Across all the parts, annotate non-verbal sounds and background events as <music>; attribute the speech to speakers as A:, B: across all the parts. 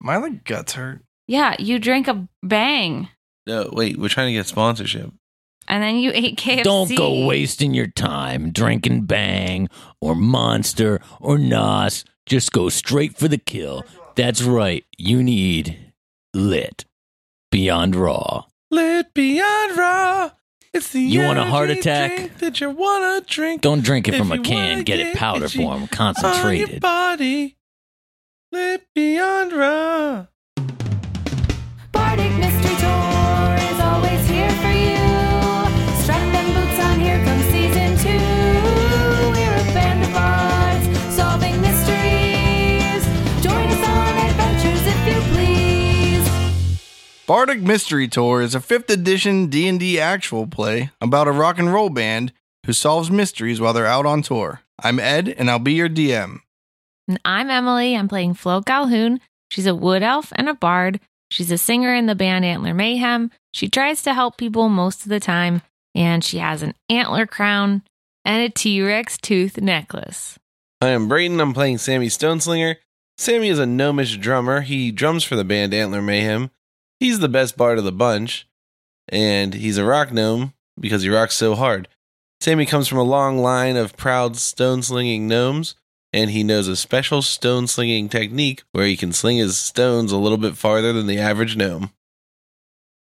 A: My like guts hurt.
B: Yeah, you drank a bang
C: No, wait, we're trying to get sponsorship.
B: and then you ate KFC.
D: Don't go wasting your time drinking Bang or Monster or Nos. Just go straight for the kill. That's right. You need lit beyond raw.
C: Lit Beyond Raw. It's the
D: You want a heart
C: energy
D: attack?
C: drink that you want to drink.
D: Don't drink it
C: If
D: from a
C: you
D: can.
C: wanna
D: Get
C: get
D: it powder
C: itchy
D: form,
C: on your
D: concentrated.
C: body. Lit Beyond Raw.
E: Bardic Mystery Tour is always here for you. Strap them boots on, here comes season two. We're a band of bards solving mysteries. Join us on adventures if you please.
A: Bardic Mystery Tour is a 5th edition D&D actual play about a rock and roll band who solves mysteries while they're out on tour. I'm Ed and I'll be your DM.
B: And I'm Emily. I'm playing Flo Calhoun. She's a wood elf and a bard. She's a singer in the band Antler Mayhem. She tries to help people most of the time, and she has an antler crown and a T Rex tooth necklace.
C: I am Brayden. I'm playing Sammy Stoneslinger. Sammy is a gnomish drummer. He drums for the band Antler Mayhem. He's the best bard of the bunch, and he's a rock gnome because he rocks so hard. Sammy comes from a long line of proud stone slinging gnomes, and he knows a special stone slinging technique where he can sling his stones a little bit farther than the average gnome.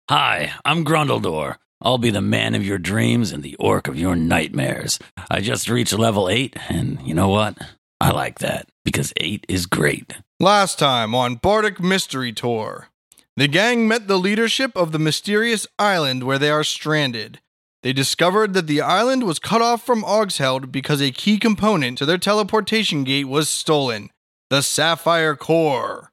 D: Hi, I'm Grundledor. I'll be the man of your dreams and the orc of your nightmares. I just reached level 8, and you know what? I like that because 8 is great.
A: Last time on Bardic Mystery Tour, the gang met the leadership of the mysterious island where they are stranded. They discovered that the island was cut off from Augsheld because a key component to their teleportation gate was stolen the Sapphire Core.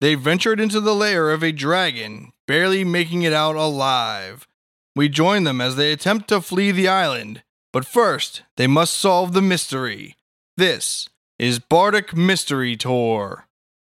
A: They ventured into the lair of a dragon, barely making it out alive. We join them as they attempt to flee the island, but first, they must solve the mystery. This is Bardic Mystery Tour.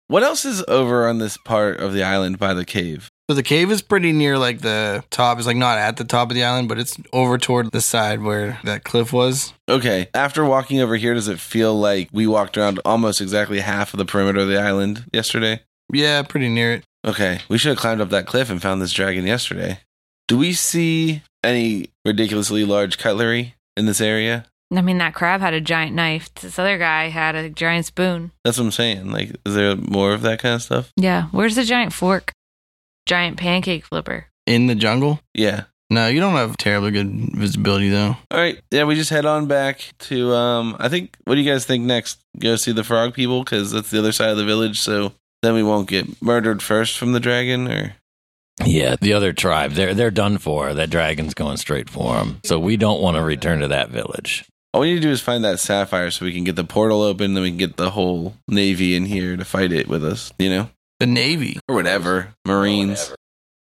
C: What else is over on this part of the island by the cave?
A: So the cave is pretty near like the top. It's like not at the top of the island, but it's over toward the side where that cliff was.
C: Okay. After walking over here, does it feel like we walked around almost exactly half of the perimeter of the island yesterday?
A: Yeah, pretty near it.
C: Okay. We should have climbed up that cliff and found this dragon yesterday. Do we see any ridiculously large cutlery in this area?
B: I mean, that crab had a giant knife. This other guy had a giant spoon.
C: That's what I'm saying. Like, is there more of that kind of stuff?
B: Yeah, where's the giant fork? Giant pancake flipper.
A: In the jungle?
C: Yeah.
A: No, you don't have terribly good visibility though.
C: All right. Yeah, we just head on back to, um, I think, what do you guys think next? Go see the frog people because that's the other side of the village. So then we won't get murdered first from the dragon or.
D: Yeah, the other tribe, they're, they're done for. That dragon's going straight for them. So we don't want to return to that village.
C: All we need to do is find that sapphire so we can get the portal open, then we can get the whole navy in here to fight it with us, you know?
A: The Navy.
C: Or whatever. Marines.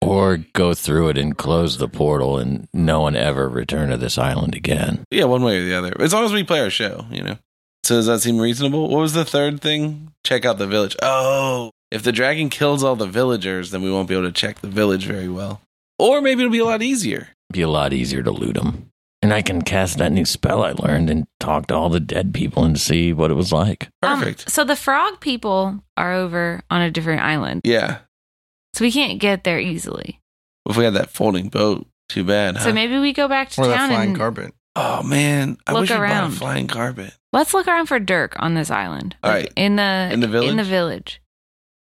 D: Or go through it and close the portal and no one ever return to this island again.
C: Yeah, one way or the other. As long as we play our show, you know. So does that seem reasonable? What was the third thing? Check out the village. Oh. If the dragon kills all the villagers, then we won't be able to check the village very well. Or maybe it'll be a lot easier.
D: be a lot easier to loot them. And I can cast that new spell I learned and talk to all the dead people and see what it was like.
B: Um,
C: Perfect.
B: so the frog people are over on a different island,
C: yeah.
B: so we can't get there easily.
C: If we had that folding boat, too bad.
B: So
C: huh?
B: maybe we go back to
A: Or that
B: town
A: flying
B: and
A: carpet.
C: oh man, I
B: Look
C: wish we bought a
B: around.
C: flying carpet.
B: Let's look around for Dirk on this island.
C: All right.
B: in the
C: In the
B: In the
C: village?
B: village.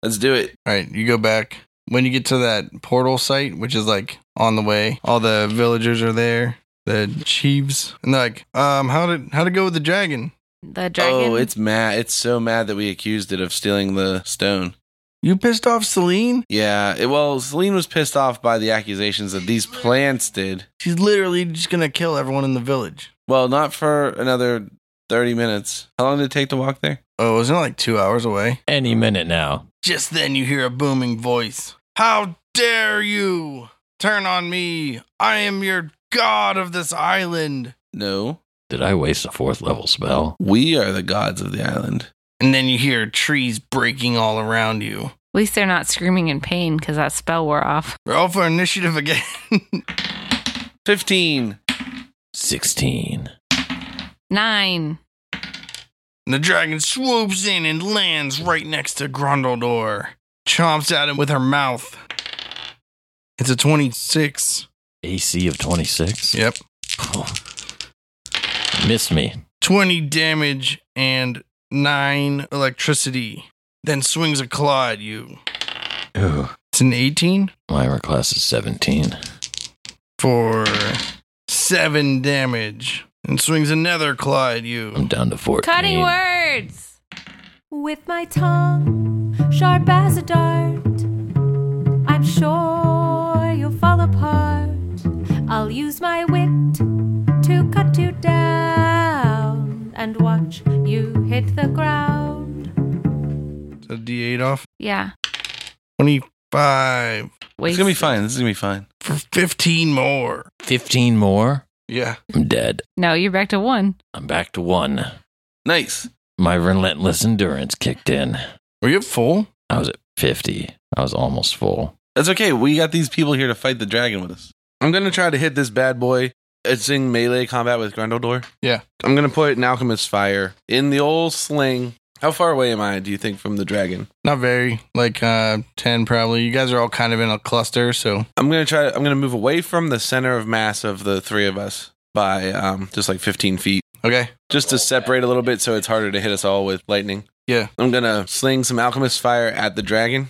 C: Let's do it.
A: All right, you go back. When you get to that portal site, which is like on the way, all the villagers are there, the chiefs, and they're like, um, how did how to go with the dragon?
B: The dragon.
C: Oh, it's mad. It's so mad that we accused it of stealing the stone.
A: You pissed off Celine?
C: Yeah. It, well, Celine was pissed off by the accusations that these plants did.
A: She's literally just gonna kill everyone in the village.
C: Well, not for another 30 minutes. How long did it take to walk there?
A: Oh, wasn't it like two hours away?
D: Any minute now.
A: Just then you hear a booming voice. How dare you turn on me? I am your god of this island.
C: No.
D: Did I waste a fourth level spell?
C: We are the gods of the island.
A: And then you hear trees breaking all around you.
B: At least they're not screaming in pain because that spell wore off.
A: Roll for initiative again. <laughs>
C: 15.
D: 16.
B: Nine.
A: the dragon swoops in and lands right next to Grundledor. chomps at him with her mouth. It's a 26.
D: AC of 26.
A: Yep.
D: Oh. Missed me.
A: 20 damage and 9 electricity. Then swings a claw at you.
D: Ooh.
A: It's an 18
D: My armor class is 17.
A: for 7 damage. And swings another claw at you.
D: I'm down to 14.
B: Cutting words.
E: With my tongue sharp as a dart, I'm sure you'll fall apart. I'll use my wit to cut you down and watch you hit the ground.
A: It's a d8 off.
B: Yeah.
A: 25
C: It's
B: Wait.
C: gonna be fine. This is gonna be fine.
A: for 15 more.
D: 15 more.
A: Yeah.
D: I'm dead.
B: no, you're back to one.
D: I'm back to one.
C: Nice.
D: My relentless endurance kicked in.
A: Were you full?
D: I was at 50. I was almost full.
C: That's okay. We got these people here to fight the dragon with us. I'm gonna try to hit this bad boy. It's in melee combat with Grendeldor.
A: Yeah.
C: I'm gonna put an alchemist fire in the old sling. How far away am I? Do you think from the dragon?
A: Not very. Like uh 10 probably. You guys are all kind of in a cluster, so
C: I'm gonna try. I'm gonna move away from the center of mass of the three of us by um, just like 15 feet,
A: okay.
C: just to separate a little bit, so it's harder to hit us all with lightning.
A: Yeah.
C: I'm gonna sling some alchemist fire at the dragon.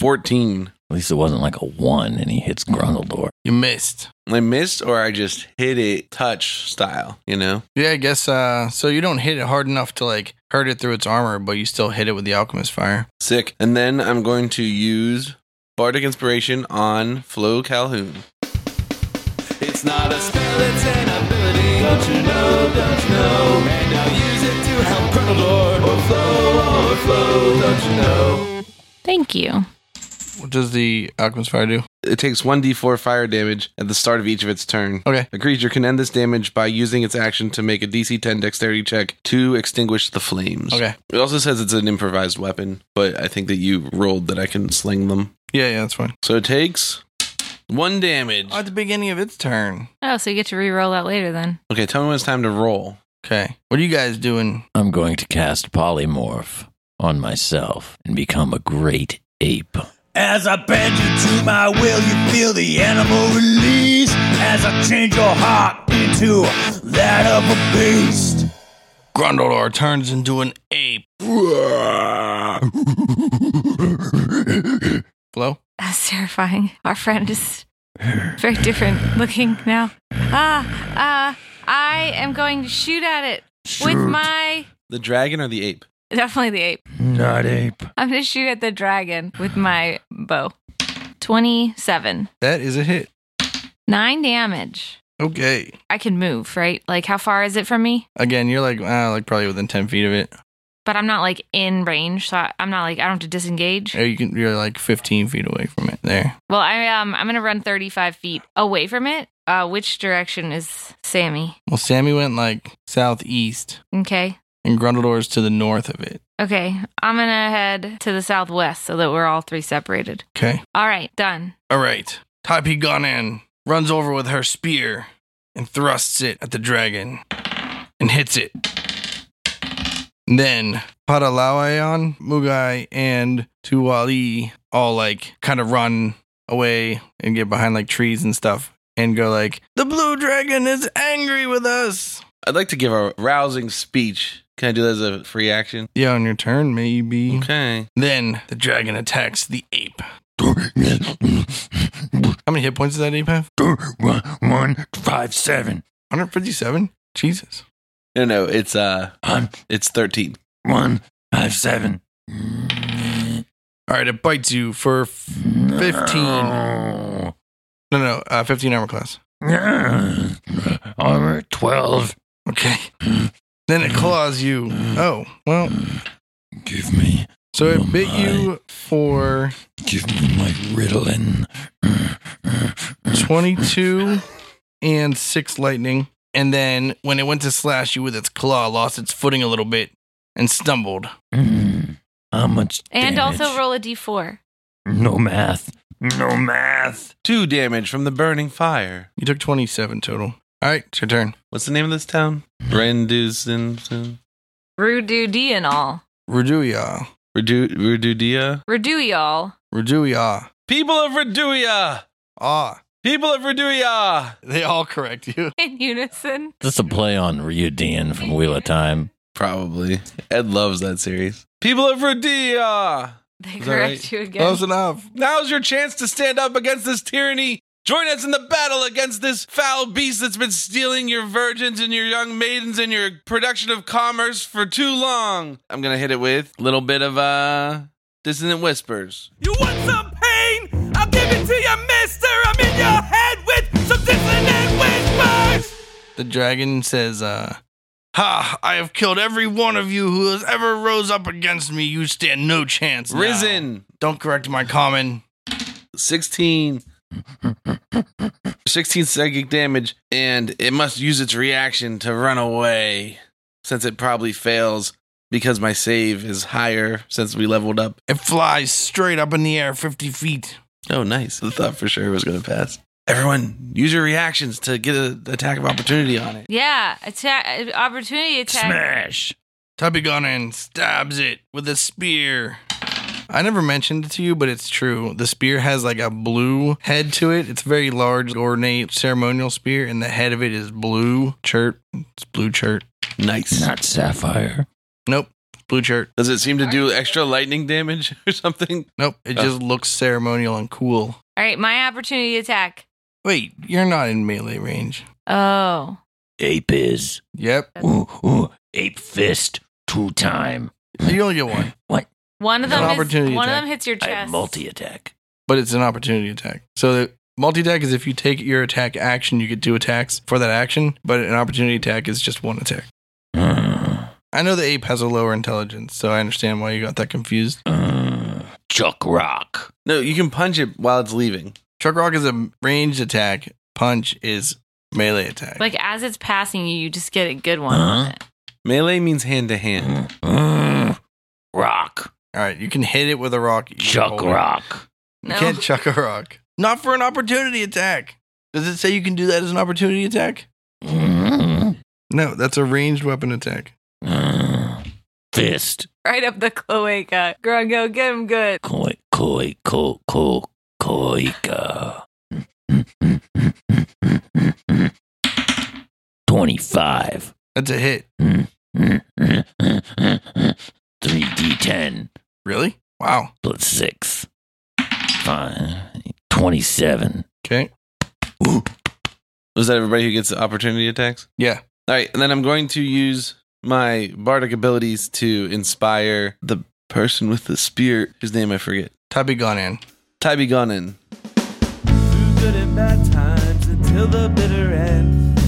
C: 14.
D: At least it wasn't like a one and he hits Grundledor.
A: You missed.
C: I missed, or I just hit it touch style. You know.
A: Yeah, I guess uh so you don't hit it hard enough to like hurt it through its armor, but you still hit it with the alchemist fire.
C: Sick. And then I'm going to use Bardic Inspiration on Flo Calhoun. It's not a spell, it's an ability. Don't you know, don't you know? And I'll use it to help Grenaldor or Flo or Flo, don't you know?
B: Thank you.
A: What does the alchemist fire do?
C: It takes 1d4 fire damage at the start of each of its turn.
A: Okay.
C: A creature can end this damage by using its action to make a DC 10 dexterity check to extinguish the flames.
A: Okay.
C: It also says it's an improvised weapon, but I think that you rolled that I can sling them.
A: Yeah, yeah, that's fine.
C: So it takes one damage.
A: At the beginning of its turn.
B: Oh, so you get to re-roll that later then.
C: Okay, tell me when it's time to roll.
A: Okay. What are you guys doing?
D: I'm going to cast Polymorph on myself and become a great ape. As I bend you to my will, you feel the animal release. As I change your heart into that of a beast.
A: Grundledor turns into an ape. Flo?
B: That's <laughs> terrifying. Our friend
C: <laughs>
B: is very different looking now. Ah, uh, I am going to shoot at it with my
C: The dragon or the ape?
B: definitely the ape.
D: Not ape.
B: I'm gonna shoot at the dragon with my bow. Twenty-seven,
A: That is a hit.
B: nine damage.
A: Okay.
B: I can move, right? Like, how far is it from me?
A: Again, you're like uh, like probably within ten feet of it.
B: But I'm not like in range, so I- I'm not like I don't have to disengage.
A: Or you can you're like fifteen feet away from it there.
B: Well, I um I'm gonna run 35 feet away from it. Uh, which direction is Sammy?
A: Well Sammy went like southeast
B: Okay,
A: and Grundledor's to the north of it.
B: okay. I'm gonna head to the southwest so that we're all three separated.
A: Okay.
B: All right, done.
A: All right. Tapi Ganan runs over with her spear and thrusts it at the dragon and hits it. Then Padalawayan, Mugai, and Tuwali all like kind of run away and get behind like trees and stuff and go like, The blue dragon is angry with us.
C: I'd like to give a rousing speech. Can I do that as a free action?
A: Yeah, on your turn, maybe.
C: Okay.
A: Then the dragon attacks the ape. How many hit points does that ape have?
D: One, five, seven.
A: 157? Jesus.
C: No, no, it's uh,
D: I'm
C: it's thirteen.
D: one, five, seven.
A: All right, it bites you for f- 15. No, no, uh, 15 armor class.
D: Armor 12.
A: Okay. <laughs> Then it claws you. Oh, well.
D: Give me,
A: So it bit you for
D: give me my Ritalin.
A: 22 and 6 lightning. And then when it went to slash you with its claw, lost its footing a little bit and stumbled.
D: Mm. How much?
B: And
D: damage?
B: also roll a d4.
D: No math. No math.
C: Two damage from the burning fire.
A: You took 27 total. All right, it's your turn.
C: What's the name of this town? Rendusin.
B: Rudu D and all.
A: Reduya.
C: Redu- Redudia?
B: Redo y'all.
A: Reduia.
C: People of Reduia!
A: Ah,
C: People of Reduia!
A: they all <laughs> correct you.
B: <laughs> in unison.
D: That's a play on Rio Dan from Wheel of Time.
C: Probably. Ed loves that series. People of Reduia!
B: They
C: Is that
B: correct
C: right?
B: you again.
A: Close enough.
C: Now's your chance to stand up against this tyranny. Join us in the battle against this foul beast that's been stealing your virgins and your young maidens and your production of commerce for too long. I'm gonna hit it with a little bit of uh dissonant whispers.
F: You want some pain? I'll give it to you, mister. I'm in your head with some dissonant whispers.
A: The dragon says, uh, Ha! I have killed every one of you who has ever rose up against me. You stand no chance. now."
C: Risen
A: Don't correct my common.
C: 16 16 psychic damage and it must use its reaction to run away since it probably fails because my save is higher since we leveled up
A: It flies straight up in the air 50 feet.
C: Oh, nice. I thought for sure it was going to pass. Everyone, use your reactions to get an attack of opportunity on it.
B: yeah, attack opportunity attack.
D: Smash!
A: Tubby Gunnan stabs it with a spear. I never mentioned it to you, but it's true. The spear has like a blue head to it. It's a very large, ornate, ceremonial spear, and the head of it is blue chert. It's blue chert.
C: Nice.
D: Not sapphire.
A: Nope, blue chert.
C: Does it seem to do extra lightning damage <laughs> or something?
A: Nope, it
C: Oh.
A: just looks ceremonial and cool.
B: All right, my opportunity attack.
A: Wait, you're not in melee range.
B: Oh,
D: Ape is.
A: Yep,
D: Ooh, ooh, ape fist. Two time.
A: you only get one,
D: What?
B: one of
A: An
B: them.
A: opportunity
B: is, one
A: attack.
B: of them hits your
D: I
B: chest.
D: have multi attack.
A: but it's an opportunity attack. So the multi attack is if you take your attack action, you get two attacks for that action, but an opportunity attack is just one attack.
D: Uh,
A: I know the ape has a lower intelligence, so I understand why you got that confused.
D: uh. Chuck Rock.
C: No, you can punch it while it's leaving.
A: Truck rock is a ranged attack. Punch is melee attack.
B: Like as it's passing you, you just get a good one.
D: Huh?
B: on it.
C: Melee means hand to hand.
D: Uh, Rock.
A: All right, you can hit it with a rock. You can
D: Chuck
A: hold it.
D: Rock.
A: You
B: No.
A: can't chuck a rock. Not for an opportunity attack. Does it say you can do that as an opportunity attack?
D: Mm-hmm.
A: No, that's a ranged weapon attack.
D: Fist.
B: Right up the cloaca. Grungo, get him good.
D: Koi, koi, ko, ko, koika. 25.
A: That's a hit.
D: 3d10
A: Really? Wow.
D: plus 6. Fine. 27.
A: Okay.
C: Was that everybody who gets the opportunity attacks?
A: Yeah.
C: All right, and then I'm going to use my bardic abilities to inspire the person with the spear, whose name I forget.
A: Tubby gone in. <laughs>
C: Tybee Gunnan.
F: Through good and bad times until the bitter end.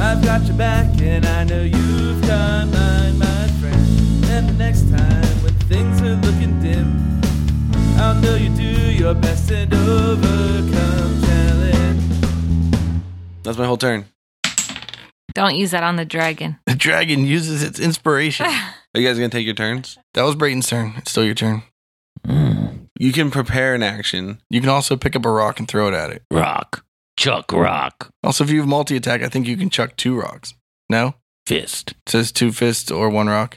F: I've got your back and I know you've got mine, my friend. And the next time when things are looking dim, I'll know you do your best and overcome challenge.
C: That's my whole turn.
B: Don't use that on the dragon.
A: The dragon uses its inspiration.
C: Are you guys going to take your turns?
A: that was Brayton's turn. It's still your turn.
D: Mm.
C: You can prepare an action.
A: You can also pick up a rock and throw it at it.
D: Rock. Chuck Rock.
A: Also, if you have multi attack, I think you can chuck two rocks. No?
D: Fist.
A: It says two fists or one rock.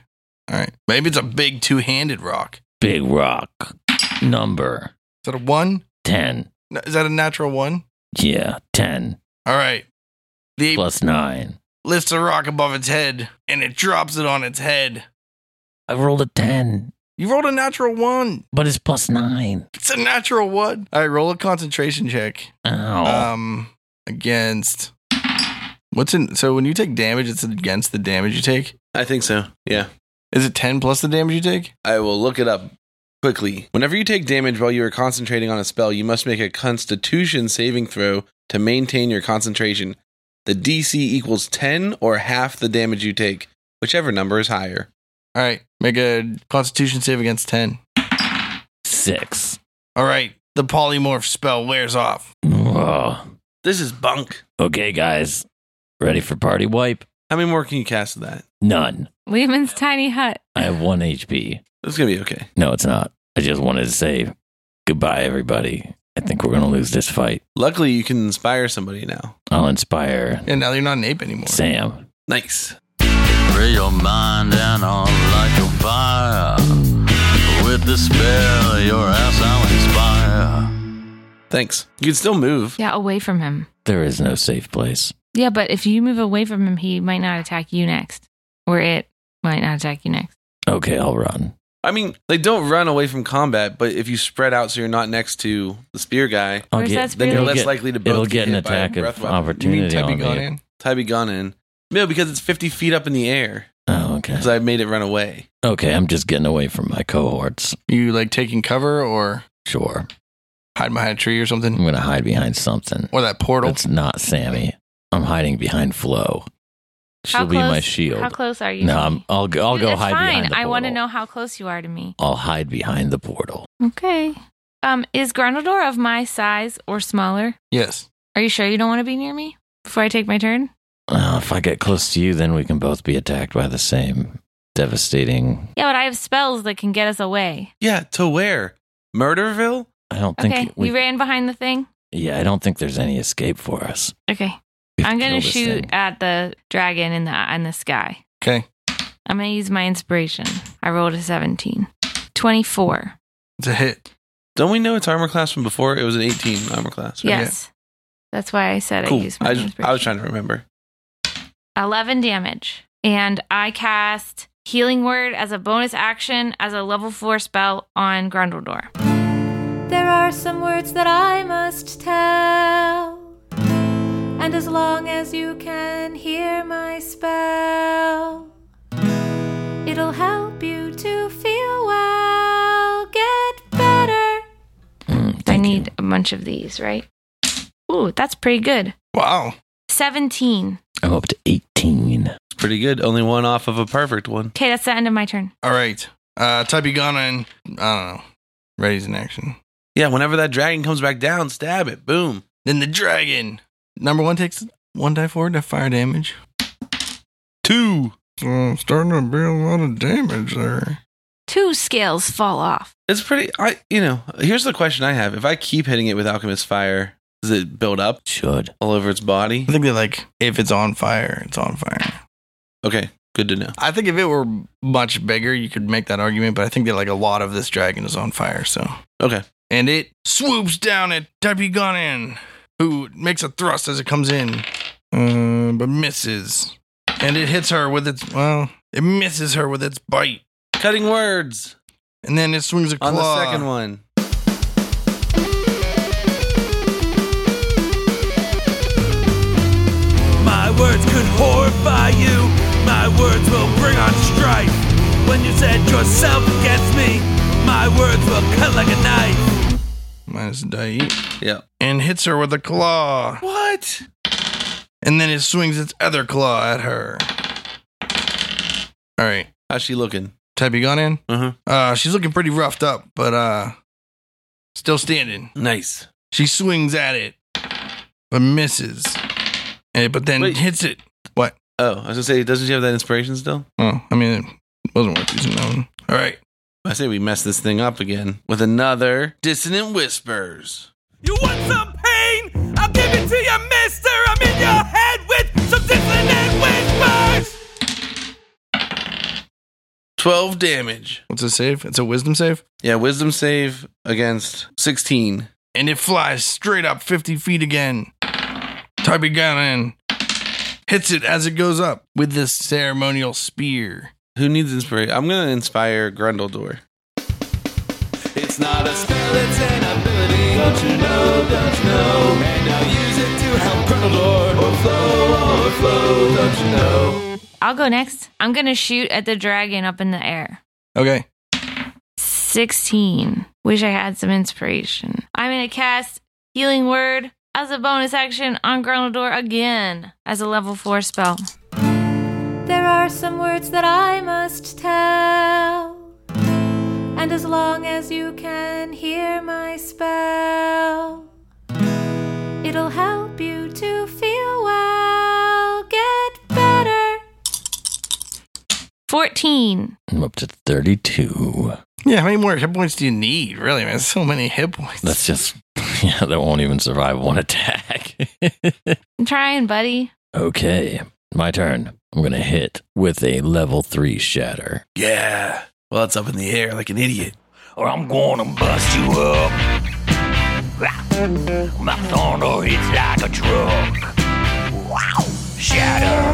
A: All right. Maybe it's a big two handed rock.
D: Big rock. Number
A: Is that a one?
D: 10.
A: No, Is that a natural one?
D: Yeah, 10
A: All right. The ape
D: plus 9.
A: lifts a rock above its head and it drops it on its head.
D: I rolled a 10,
A: You rolled a natural one.
D: but it's plus 9.
A: It's a natural one. All right, roll a concentration check.
D: Ow.
C: Ah.
A: Um, against what's in? So when you take damage, it's against the damage you take.
C: I think so. Yeah.
A: Is it ten plus the damage you take?
C: I will look it up quickly. Whenever you take damage while you are concentrating on a spell, you must make a constitution saving throw to maintain your concentration. The DC equals 10 or half the damage you take, whichever number is higher.
A: All right, make a Constitution save against ten.
D: 6.
A: All right, the polymorph spell wears off.
D: Ugh.
C: This is bunk.
D: Okay, guys. Ready for party wipe?
C: How many more can you cast of that?
D: None.
B: Lehman's tiny hut.
D: I have 1 HP.
C: It's going to be okay.
D: No, it's not. I just wanted to say goodbye, everybody. I think we're going to lose this fight.
C: Luckily, you can inspire somebody now.
D: I'll inspire
A: And now you're not an ape anymore.
D: Sam.
C: Nice.
G: Free your mind and on like a fire. Ah, with despair, your ass I'll inspire.
C: Thanks. You can still move.
B: Yeah, away from him.
D: There is no safe place.
B: Yeah, but if you move away from him, he might not attack you next, or it might not attack you next.
D: Okay, I'll run.
C: I mean, they don't run away from combat, but if you spread out so you're not next to the spear guy,
D: I'll
B: Where's
D: get,
B: that spear
C: then you're
B: It'll
C: less
D: get-
C: likely to both
D: It'll get an
C: hit by a
D: attack
C: breath
D: of
C: weapon.
D: opportunity on
A: Gun
D: me.
A: in?
C: Tybee gun in. No, because it's 50 feet up in the air.
D: Oh, okay.
C: Because I made it run away.
D: Okay, I'm just getting away from my cohorts.
A: You like taking cover or
D: Sure.
A: hide behind a tree or
D: I'm
A: something?
D: going to hide behind something.
A: Or that portal?
D: Mm. That's not Sammy. I'm hiding behind Flo. She'll
B: How
D: be my
B: close-
D: shield.
B: How close are you?
D: No,
B: to
D: I'm,
B: me?
D: I'll go. I'll
B: Dude,
D: go
B: it's
D: hide
B: fine.
D: behind
B: I
D: the portal.
B: want to know how close you are to me.
D: I'll hide behind the portal.
B: Okay. Um, is Grundledor of my size or smaller?
A: yes.
B: Are you sure you don't want to be near me before I take my turn?
D: Uh, if I get close to you, then we can both be attacked by the same devastating.
B: Yeah, but I have spells that can get us away.
C: Yeah, to where? Murderville?
D: I don't
B: Okay,
D: think we.
B: you ran behind the thing.
D: yeah, I don't think there's any escape for us.
B: Okay,
D: We have
B: I'm
D: to
B: gonna
D: kill this
B: shoot
D: thing.
B: at the dragon in the in the sky.
A: Okay.
B: I'm gonna use my inspiration. I rolled a 17, 24.
A: It's a hit.
C: Don't we know its armor class from before? It was an 18 armor class. right?
B: Yes, that's why I said I
C: Cool.
B: used my
C: I, just,
B: inspiration.
C: I was trying to remember.
B: 11 damage. And I cast Healing Word as a bonus action as a level 4 spell on Grundledor.
E: There are some words that I must tell. And as long as you can hear my spell, it'll help you to feel well. Get better.
D: Mm,
B: I
D: thank you.
B: need a bunch of these, right? Ooh, that's pretty good.
A: Wow.
B: 17.
D: I'm up to 18.
C: It's pretty good. Only one off of a perfect one.
B: Okay, that's the end of my turn.
A: All right. Uh, type of gun and I don't know. Ready's in action.
C: Yeah, whenever that dragon comes back down, stab it. Boom.
A: Then the dragon. Number one takes one die forward to fire damage. Two. So I'm starting to be a lot of damage there.
B: Two scales fall off.
C: It's pretty. I you know. Here's the question I have: If I keep hitting it with alchemist fire, does it build up
D: Should.
C: all over its body?
A: I think that like if it's on fire, it's on fire.
C: Okay, good to know.
A: I think if it were much bigger, you could make that argument, but I think that like a lot of this dragon is on fire, so
C: Okay,
A: and it swoops down at Debbie Gunnan, who makes a thrust as it comes in, uh, but misses. And it hits her with its, well, it misses her with its bite.
C: cutting words
A: And then it swings a claw.
C: on the second one.
F: My words could horrify you. My words will bring on strife. When you set yourself against me, my words will cut like a knife.
A: Minus a die eight.
C: Yeah.
A: And hits her with a claw.
C: What?
A: And then it swings its other claw at her. All right.
C: How's she looking?
A: Debbie Gunnan.
C: Uh-huh.
A: Uh, she's looking pretty roughed up, but uh, still standing.
C: Nice.
A: She swings at it, but misses. Eh, but then
C: Wait.
A: hits it. What?
C: Oh, I was gonna say, doesn't she have that inspiration still?
A: Oh, I mean, it wasn't worth using that one. All right.
C: I say we mess this thing up again with another dissonant whispers.
F: You want some pain? I'll give it to you, mister. I'm in your head with some dissonant whispers.
C: Twelve damage.
A: What's a save? It's a wisdom save.
C: Yeah, wisdom save against sixteen.
A: And it flies straight up 50 feet again. Tybee Gannon hits it as it goes up with this ceremonial spear.
C: Who needs inspiration? I'm gonna inspire Grundledor.
G: It's not a spell, it's an ability. Don't you know, don't you know? And I'll use it to help Grundledor or flow or flow, don't you know?
B: I'll go next. I'm going to shoot at the dragon up in the air.
A: Okay.
B: 16. Wish I had some inspiration. I'm going to cast Healing Word as a bonus action on Grundledor again as a level 4 spell.
E: There are some words that I must tell. And as long as you can hear my spell, it'll help you to feel well. Get better.
B: 14.
D: I'm up to 32.
A: Yeah, how many more hit points do you need, really, man? <laughs> So many hit points.
D: That's just. <laughs> Yeah, that won't even survive one attack. <laughs>
B: I'm trying, buddy.
D: okay, my turn. I'm going to hit with a level 3 shatter.
C: Yeah. Well, it's up in the air like an idiot.
D: or I'm gonna bust you up. Wow. My thunder hits like a truck. Wow. Shatter.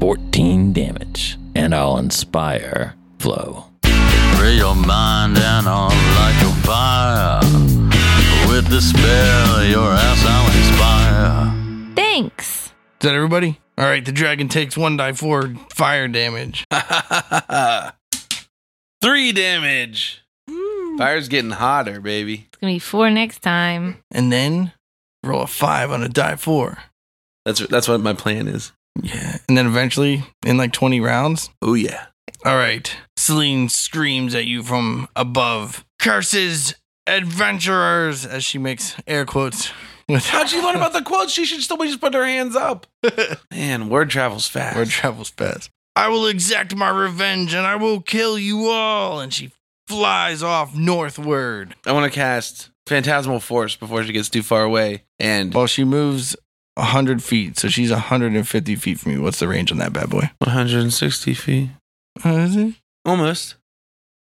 D: 14 damage, and I'll inspire Flow.
H: Free your mind and on like a fire. With the spell, your ass I'll inspire.
B: Thanks.
A: Is that everybody? All right, the dragon takes one die four fire damage.
C: <laughs> Three damage. Fire's getting hotter, baby.
B: It's gonna be four next time.
A: And then roll a five on a die four.
C: That's that's what my plan is.
A: Yeah. And then eventually, in like 20 rounds.
C: Oh yeah.
A: All right. Celine screams at you from above. Curses, adventurers, as she makes air quotes. With
C: How'd you learn about the quotes? She should still be just put her hands up.
A: <laughs>
C: Man, word travels fast.
A: Word travels fast. I will exact my revenge and I will kill you all. And she flies off northward.
C: I want to cast Phantasmal Force before she gets too far away. And
A: Well, she moves 100 feet, so she's 150 feet from you. What's the range on that bad boy?
C: 160 feet.
A: Uh, is it?
C: Almost.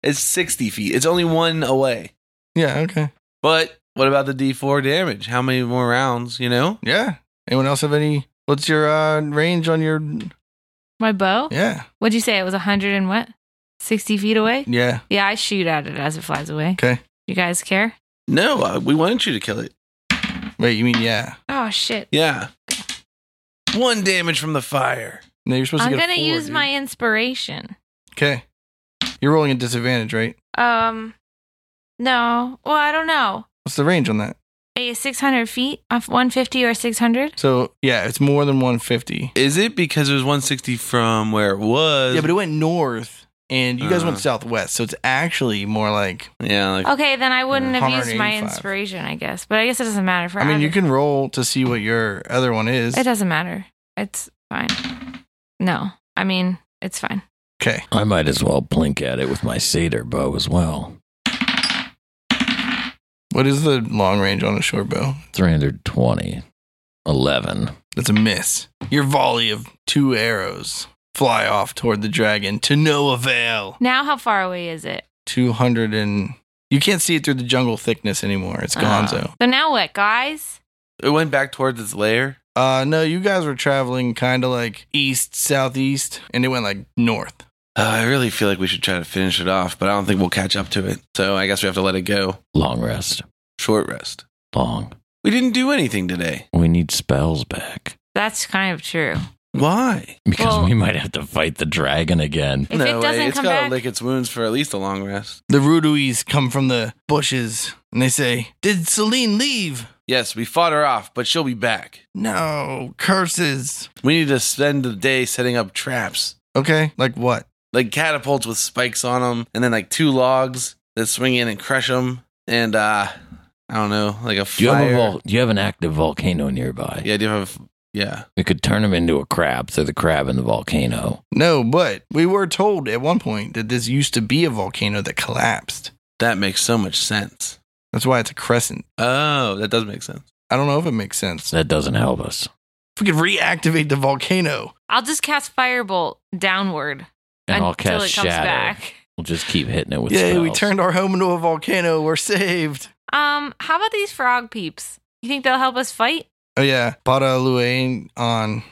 C: It's 60 feet. It's only one away.
A: Yeah, okay.
C: But what about the D4 damage? How many more rounds, you know?
A: Yeah. Anyone else have any? What's your uh, range on your.
B: My bow?
A: Yeah.
B: What'd you say? It was 100 and what? 60 feet away?
A: Yeah.
B: Yeah, I shoot at it as it flies away.
A: Okay.
B: You guys care?
C: No, uh, we wanted you to kill it.
A: Wait, you mean yeah?
B: Oh, shit.
C: Yeah. One damage from the fire.
A: No, you're supposed
B: I'm
A: to get.
B: gonna use my inspiration.
A: Okay. You're rolling at disadvantage, right?
B: Um, no. Well, I don't know.
A: What's the range on that?
B: Eh, 600 feet? Off 150 or 600?
A: So yeah, it's more than 150.
C: Is it because it was 160 from where it was?
A: Yeah, but it went north, and you guys
C: Uh.
A: went southwest, so it's actually more like.
C: yeah,
A: Uh,
C: like
B: Okay, then I wouldn't have used my
A: 185.
B: inspiration, I guess. But I guess it doesn't matter for
A: I mean, you
B: either.
A: can roll to see what your other one is.
B: It doesn't matter. It's fine. No, I mean, it's fine.
A: Okay.
D: I might as well blink at it with my satyr bow as well.
A: What is the long range on a short bow?
D: 320. 11.
A: That's a miss. Your volley of two arrows fly off toward the dragon to no avail.
B: Now, how far away is it?
A: 200 and you can't see it through the jungle thickness anymore. It's Gonzo.
B: Uh, so now what, guys?
C: it went back towards its lair.
A: Uh, no, you guys were traveling kind of like east, southeast, and it went like north.
C: Uh, I really feel like we should try to finish it off, but I don't think we'll catch up to it. So I guess we have to let it go.
D: Long rest.
C: Short rest.
D: Long.
C: We didn't do anything today.
D: We need spells back. <laughs>
B: That's kind of true.
C: Why?
D: Because
B: Well-
D: we might have to fight the dragon again.
B: If it doesn't
C: It's
B: come
C: gotta
B: back,
C: lick its wounds for at least a long rest.
A: The Ruduis come from the bushes and they say, Did Celine leave?
C: Yes, we fought her off, but she'll be back.
A: No, curses.
C: We need to spend the day setting up traps,
A: Okay, like what?
C: like catapults with spikes on them, and then like two logs that swing in and crush them, and uh, I don't know, like a
D: Do you, have
C: fire.
D: a vol- do you have an active volcano nearby?
C: yeah, do you have? Yeah,
D: We could turn him into a crab, throw the crab in the volcano.
A: No, but we were told at one point that this used to be a volcano that collapsed.
C: that makes so much sense.
A: That's why it's a crescent.
C: Oh, that does make sense.
A: I don't know if it makes sense.
D: That doesn't help us.
A: If we could reactivate the volcano,
B: I'll just cast Firebolt downward
D: And I'll
B: until
D: cast
B: it comes
D: shatter.
B: back.
D: We'll just keep hitting it with
A: yay, we
D: spells.
A: turned our home into a volcano. We're saved.
B: Um, how about these frog peeps? You think they'll help us fight?
A: Oh yeah, Padaluayan on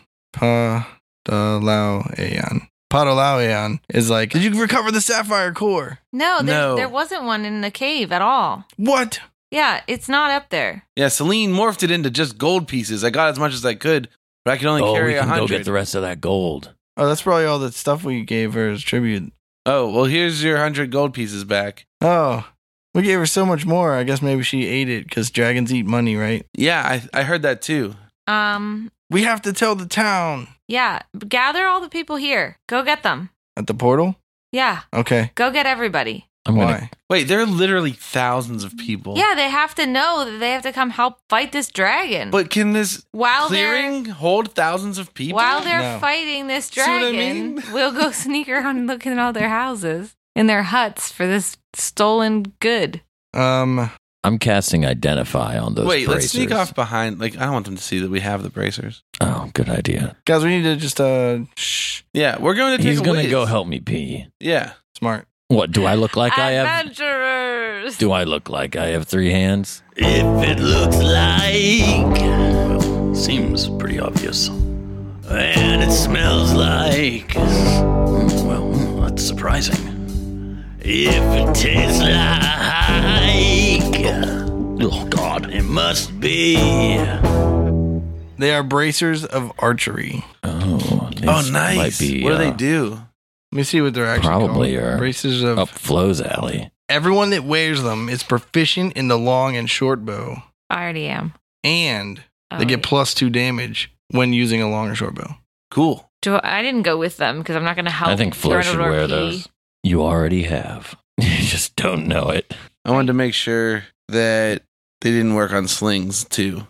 A: Padalauayan. Padalauayan is like, did you recover the sapphire core?
B: No, there,
C: No.
B: there wasn't one in the cave at all.
A: What?
B: Yeah, it's not up there.
C: Yeah, Celine morphed it into just gold pieces. I got as much as I could, but I could only
D: oh,
C: carry
D: we
C: a
D: can go
C: hundred.
D: get the rest of that gold.
A: Oh, that's probably all the stuff we gave her as tribute.
C: oh, well, here's your hundred gold pieces back.
A: Oh, we gave her so much more. I guess maybe she ate it because dragons eat money, right?
C: Yeah, I I heard that too.
B: Um,
A: We have to tell the town
B: yeah, gather all the people here. Go get them.
A: at the portal.
B: Yeah,
A: Okay,
B: go get everybody.
D: I'm gonna
A: why?
C: Wait, there are literally thousands of people.
B: Yeah, they have to know that they have to come help fight this dragon.
C: But can this
B: while they're
C: clearing hold thousands of people?
B: While they're
A: No.
B: fighting this
C: See what I
B: dragon,
D: <laughs>
C: mean?
B: we'll go sneak around and look at all their houses and their huts for this stolen good.
A: Um,
D: I'm casting identify on those.
C: Wait, let's
D: bracers.
C: sneak off behind. Like, I don't want them to see that we have the bracers.
D: Oh, good idea.
A: guys, we need to just uh, shh.
C: Yeah, we're going to take
D: He's
C: a
D: gonna
C: whiz.
D: go help me pee.
C: Yeah.
A: Smart.
D: What do I look like? I have.
B: Adventurers.
D: Do I look like I have three hands?
H: If it looks like, well, seems pretty obvious. And it smells like, well, that's surprising. If it tastes like, oh God, it must be.
A: They are bracers of archery.
D: Oh, these
C: Oh, nice.
D: Might be,
C: what do
D: uh,
C: they do?
A: Let me see what they're actually
D: Probably
A: called.
D: are
A: bracers of
D: Up Flo's alley.
A: everyone that wears them is proficient in the long and short bow,
B: I already am.
A: and
B: Oh,
A: they get plus two damage when using a long and short bow.
C: Cool.
B: Do I, I didn't go with them because I'm not going to help.
D: I think Flo
B: Jordan
D: should
B: or
D: wear
B: P.
D: those. You already have. <laughs> You just don't know it.
C: I wanted to make sure that they didn't work on slings too.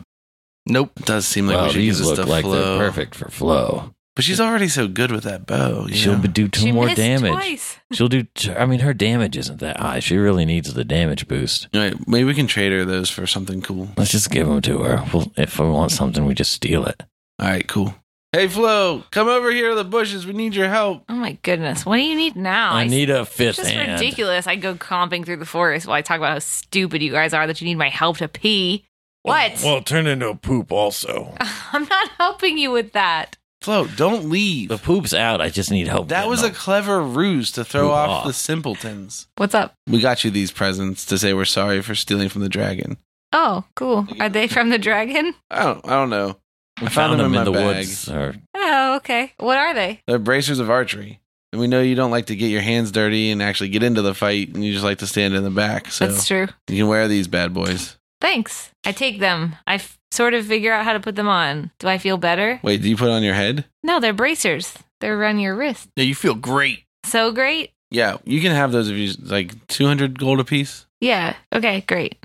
A: Nope.
C: It does seem like
D: well,
C: we should use this
D: these look
C: stuff
D: like
C: flow.
D: they're perfect for Flo.
C: But she's already so good with that bow. You
D: She'll
C: know?
D: be- do two
B: She
D: more
B: missed
D: damage.
B: twice.
D: She'll do. T- I mean, her damage isn't that high. She really needs the damage boost.
C: All right, maybe we can trade her those for something cool.
D: Let's just give them to her. Well, if we want something, we just steal it.
C: All right, cool. Hey Flo, come over here to the bushes. We need your help.
B: Oh my goodness. What do you need now?
D: I
B: s-
D: need a fifth
B: It's just
D: hand.
B: ridiculous. I go comping through the forest while I talk about how stupid you guys are that you need my help to pee. <laughs> What?
D: turn into a poop also.
B: I'm not helping you with that.
C: Flo, don't leave.
D: The poop's out. I just need help.
C: That was a
D: getting up.
C: clever ruse to throw
D: Move
C: off,
D: off.
C: the simpletons.
B: What's up?
C: We got you these presents to say we're sorry for stealing from the dragon.
B: Oh, cool. Are they from the dragon?
C: I don't. I don't know. I
D: I found, them in, the
C: my bag.
D: woods. Or
B: Oh, okay. What are they?
C: They're bracers of archery. And we know you don't like to get your hands dirty and actually get into the fight, and you just like to stand in the back. So
B: That's true.
C: you can wear these bad boys.
B: Thanks. I take them. I f- sort of figure out how to put them on. Do I feel better?
C: Wait, do you put it on your head?
B: No, they're bracers. They're around your wrist.
A: Yeah, you feel great.
B: So great.
C: Yeah, you can have those if you like two hundred gold apiece.
B: Yeah. Okay, great.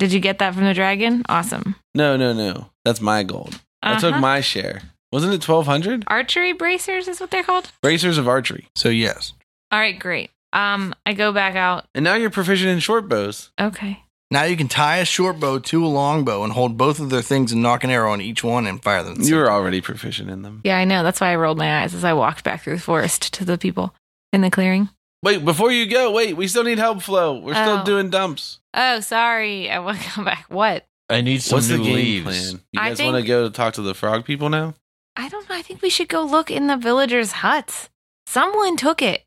B: Did you get that from the dragon? Awesome.
C: No, no, no. That's my gold. I took
B: Uh-huh.
C: my share. Wasn't it twelve hundred?
B: archery bracers is what they're called.
C: Bracers of archery.
A: So yes.
B: All right, great. Um, I go back out.
C: And now you're proficient in short bows.
B: Okay.
A: Now you can tie a short bow to a long bow and hold both of their things and knock an arrow on each one and fire them.
C: You were already proficient in them.
B: Yeah, I know. That's why I rolled my eyes as I walked back through the forest to the people in the clearing.
C: Wait, before you go, wait, we still need help, Flo. We're still
B: Oh.
C: doing dumps.
B: Oh, sorry. I want to <laughs> come back. What?
D: I need some
C: What's
D: new
C: the game
D: leaves.
C: plan? You
B: I
C: guys
B: think-
C: want to go talk to the frog people now?
B: I don't know. I think we should go look in the villagers' huts. Someone took it.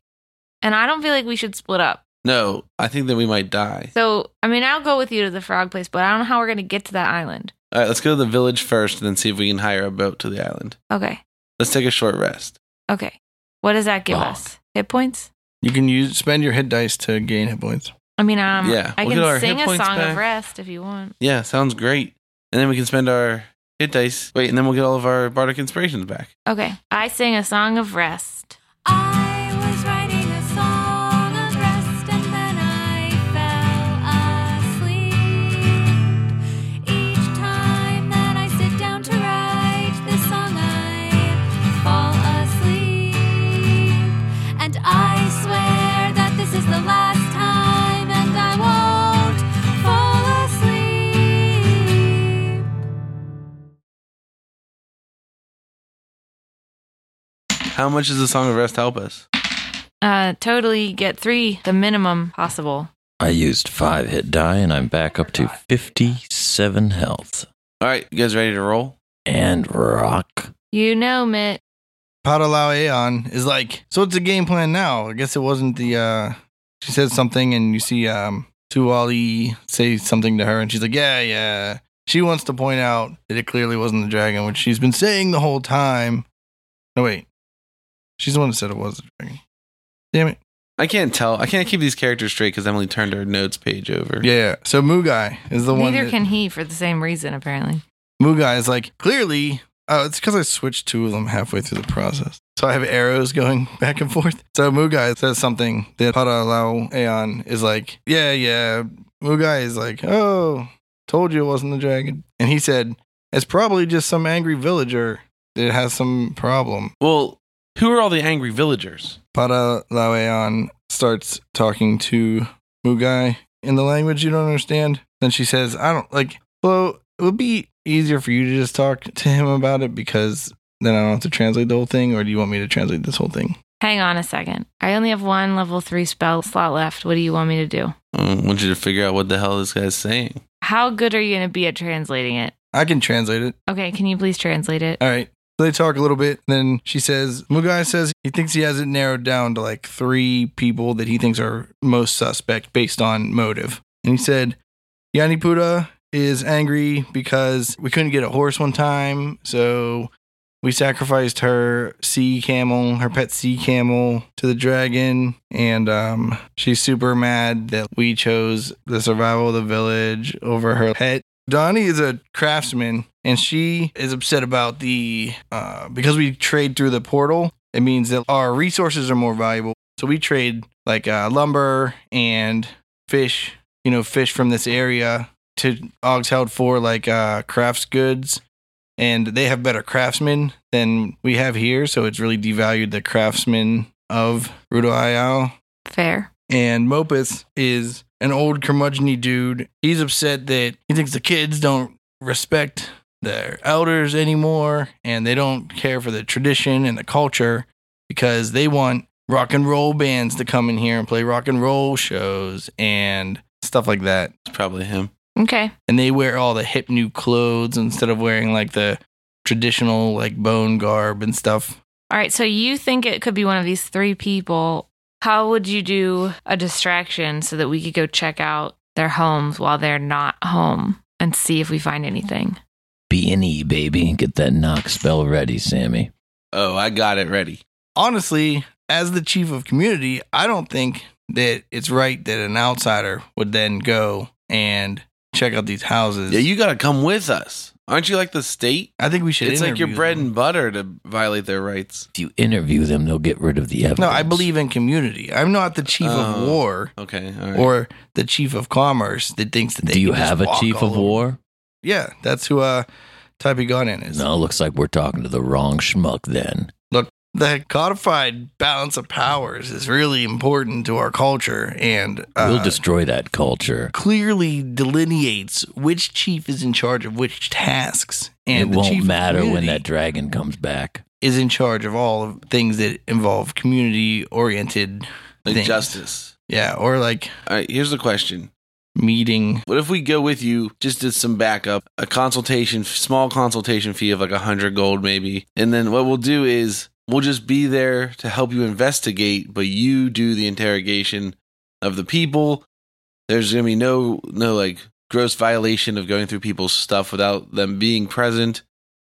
B: And I don't feel like we should split up.
C: No, I think that we might die.
B: So, I mean, I'll go with you to the frog place, but I don't know how we're going to get to that island.
C: All right, let's go to the village first and then see if we can hire a boat to the island.
B: Okay.
C: Let's take a short rest.
B: Okay. What does that give
D: Frog.
B: us? Hit points?
A: You can use spend your hit dice to gain hit points.
B: I mean, um,
C: Yeah,
B: I
C: we'll get our
B: can
C: hit
B: sing a song
C: points
B: of
C: back.
B: rest if you want.
C: Yeah, sounds great. And then we can spend our hit dice. Wait, and then we'll get all of our bardic inspirations back.
B: Okay. I sing a song of rest.
E: I was writing a song of rest and then I fell asleep. Each time that I sit down to write this song, I fall asleep. And I swear that this is the last time and I won't fall asleep.
C: How much does the song of rest help us?
B: Uh, totally get three, the minimum possible.
D: I used five hit die, and I'm back up to fifty-seven health.
C: All right, you guys ready to roll?
D: And rock.
B: You know, Mitt.
A: Padalau Aeon is like, so what's the game plan now? I guess it wasn't the uh she said something and you see um Tuali say something to her and she's like, Yeah, yeah. She wants to point out that it clearly wasn't the dragon, which she's been saying the whole time. No wait. She's the one that said it was the dragon. Damn it.
C: I can't tell. I can't keep these characters straight because Emily turned her notes page over.
A: Yeah. So Mugai is the one
B: Neither
A: that,
B: can he for the same reason, apparently.
A: Mugai is like, clearly, oh, it's because I switched two of them halfway through the process. So I have arrows going <laughs> back and forth. So Mugai says something that Paralau Aeon is like, yeah, yeah. Mugai is like, oh, told you it wasn't the dragon. And he said, it's probably just some angry villager that has some problem.
C: Well, who are all the angry villagers?
A: Paralau Aeon starts talking to Mugai in the language you don't understand. Then she says, I don't like, Flo, it would be easier for you to just talk to him about it because then I don't have to translate the whole thing, or do you want me to translate this whole thing?
B: Hang on a second. I only have one level three spell slot left. What do you want me to do?
C: I Mm, want you to figure out what the hell this guy's saying.
B: How good are you going to be at translating it?
A: I can translate it.
B: Okay, can you please translate it?
A: All right. So they talk a little bit. Then she says, Mugai says he thinks he has it narrowed down to like three people that he thinks are most suspect based on motive. And he said, Yanipuda is angry because we couldn't get a horse one time. So we sacrificed her sea camel, her pet sea camel, to the dragon. And um, she's super mad that we chose the survival of the village over her pet Donnie is a craftsman, and she is upset about the uh, because we trade through the portal. It means that our resources are more valuable. So we trade like uh, lumber and fish, you know, fish from this area to Augsheld for like uh, crafts goods, and they have better craftsmen than we have here. So it's really devalued the craftsmen of Rudo Isle.
B: Fair.
A: And Mopus is an old curmudgeony dude. He's upset that he thinks the kids don't respect their elders anymore and they don't care for the tradition and the culture because they want rock and roll bands to come in here and play rock and roll shows and stuff like that.
C: It's probably him.
B: Okay.
A: And they wear all the hip new clothes instead of wearing like the traditional like bone garb and stuff.
B: All right, so you think it could be one of these three people. How would you do a distraction so that we could go check out their homes while they're not home and see if we find anything?
D: B and E, baby. Get that knock spell ready, Sammy.
C: Oh, I got it ready.
A: honestly, as the chief of community, I don't think that it's right that an outsider would then go and check out these houses.
C: Yeah, you got to come with us. Aren't you like the state?
A: I think we should.
C: it's like your
A: interview
C: bread
A: them.
C: and butter to violate their rights.
D: If you interview them, they'll get rid of the evidence.
A: No, I believe in community. I'm not the chief
C: Oh,
A: of war
C: Okay, all right.
A: or the chief of commerce that thinks that they.
D: Do you
A: can just
D: have a
A: walk
D: chief
A: all
D: of
A: over.
D: war?
A: Yeah, that's who uh, Type Gunnan is.
D: No, looks like we're talking to the wrong schmuck then.
A: The codified balance of powers is really important to our culture, and uh,
D: we'll destroy that culture.
A: clearly delineates which chief is in charge of which tasks. And
D: it
A: the chief
D: won't
A: of
D: matter when
A: community
D: that dragon comes back.
A: is in charge of all of things that involve community oriented
C: like
A: things.
C: justice.
A: Yeah, or like
C: All right, here's the question.
A: meeting.
C: What if we go with you, just did some backup, a consultation, small consultation fee of like a hundred gold maybe, and then what we'll do is we'll just be there to help you investigate, but you do the interrogation of the people. There's gonna be no no like gross violation of going through people's stuff without them being present,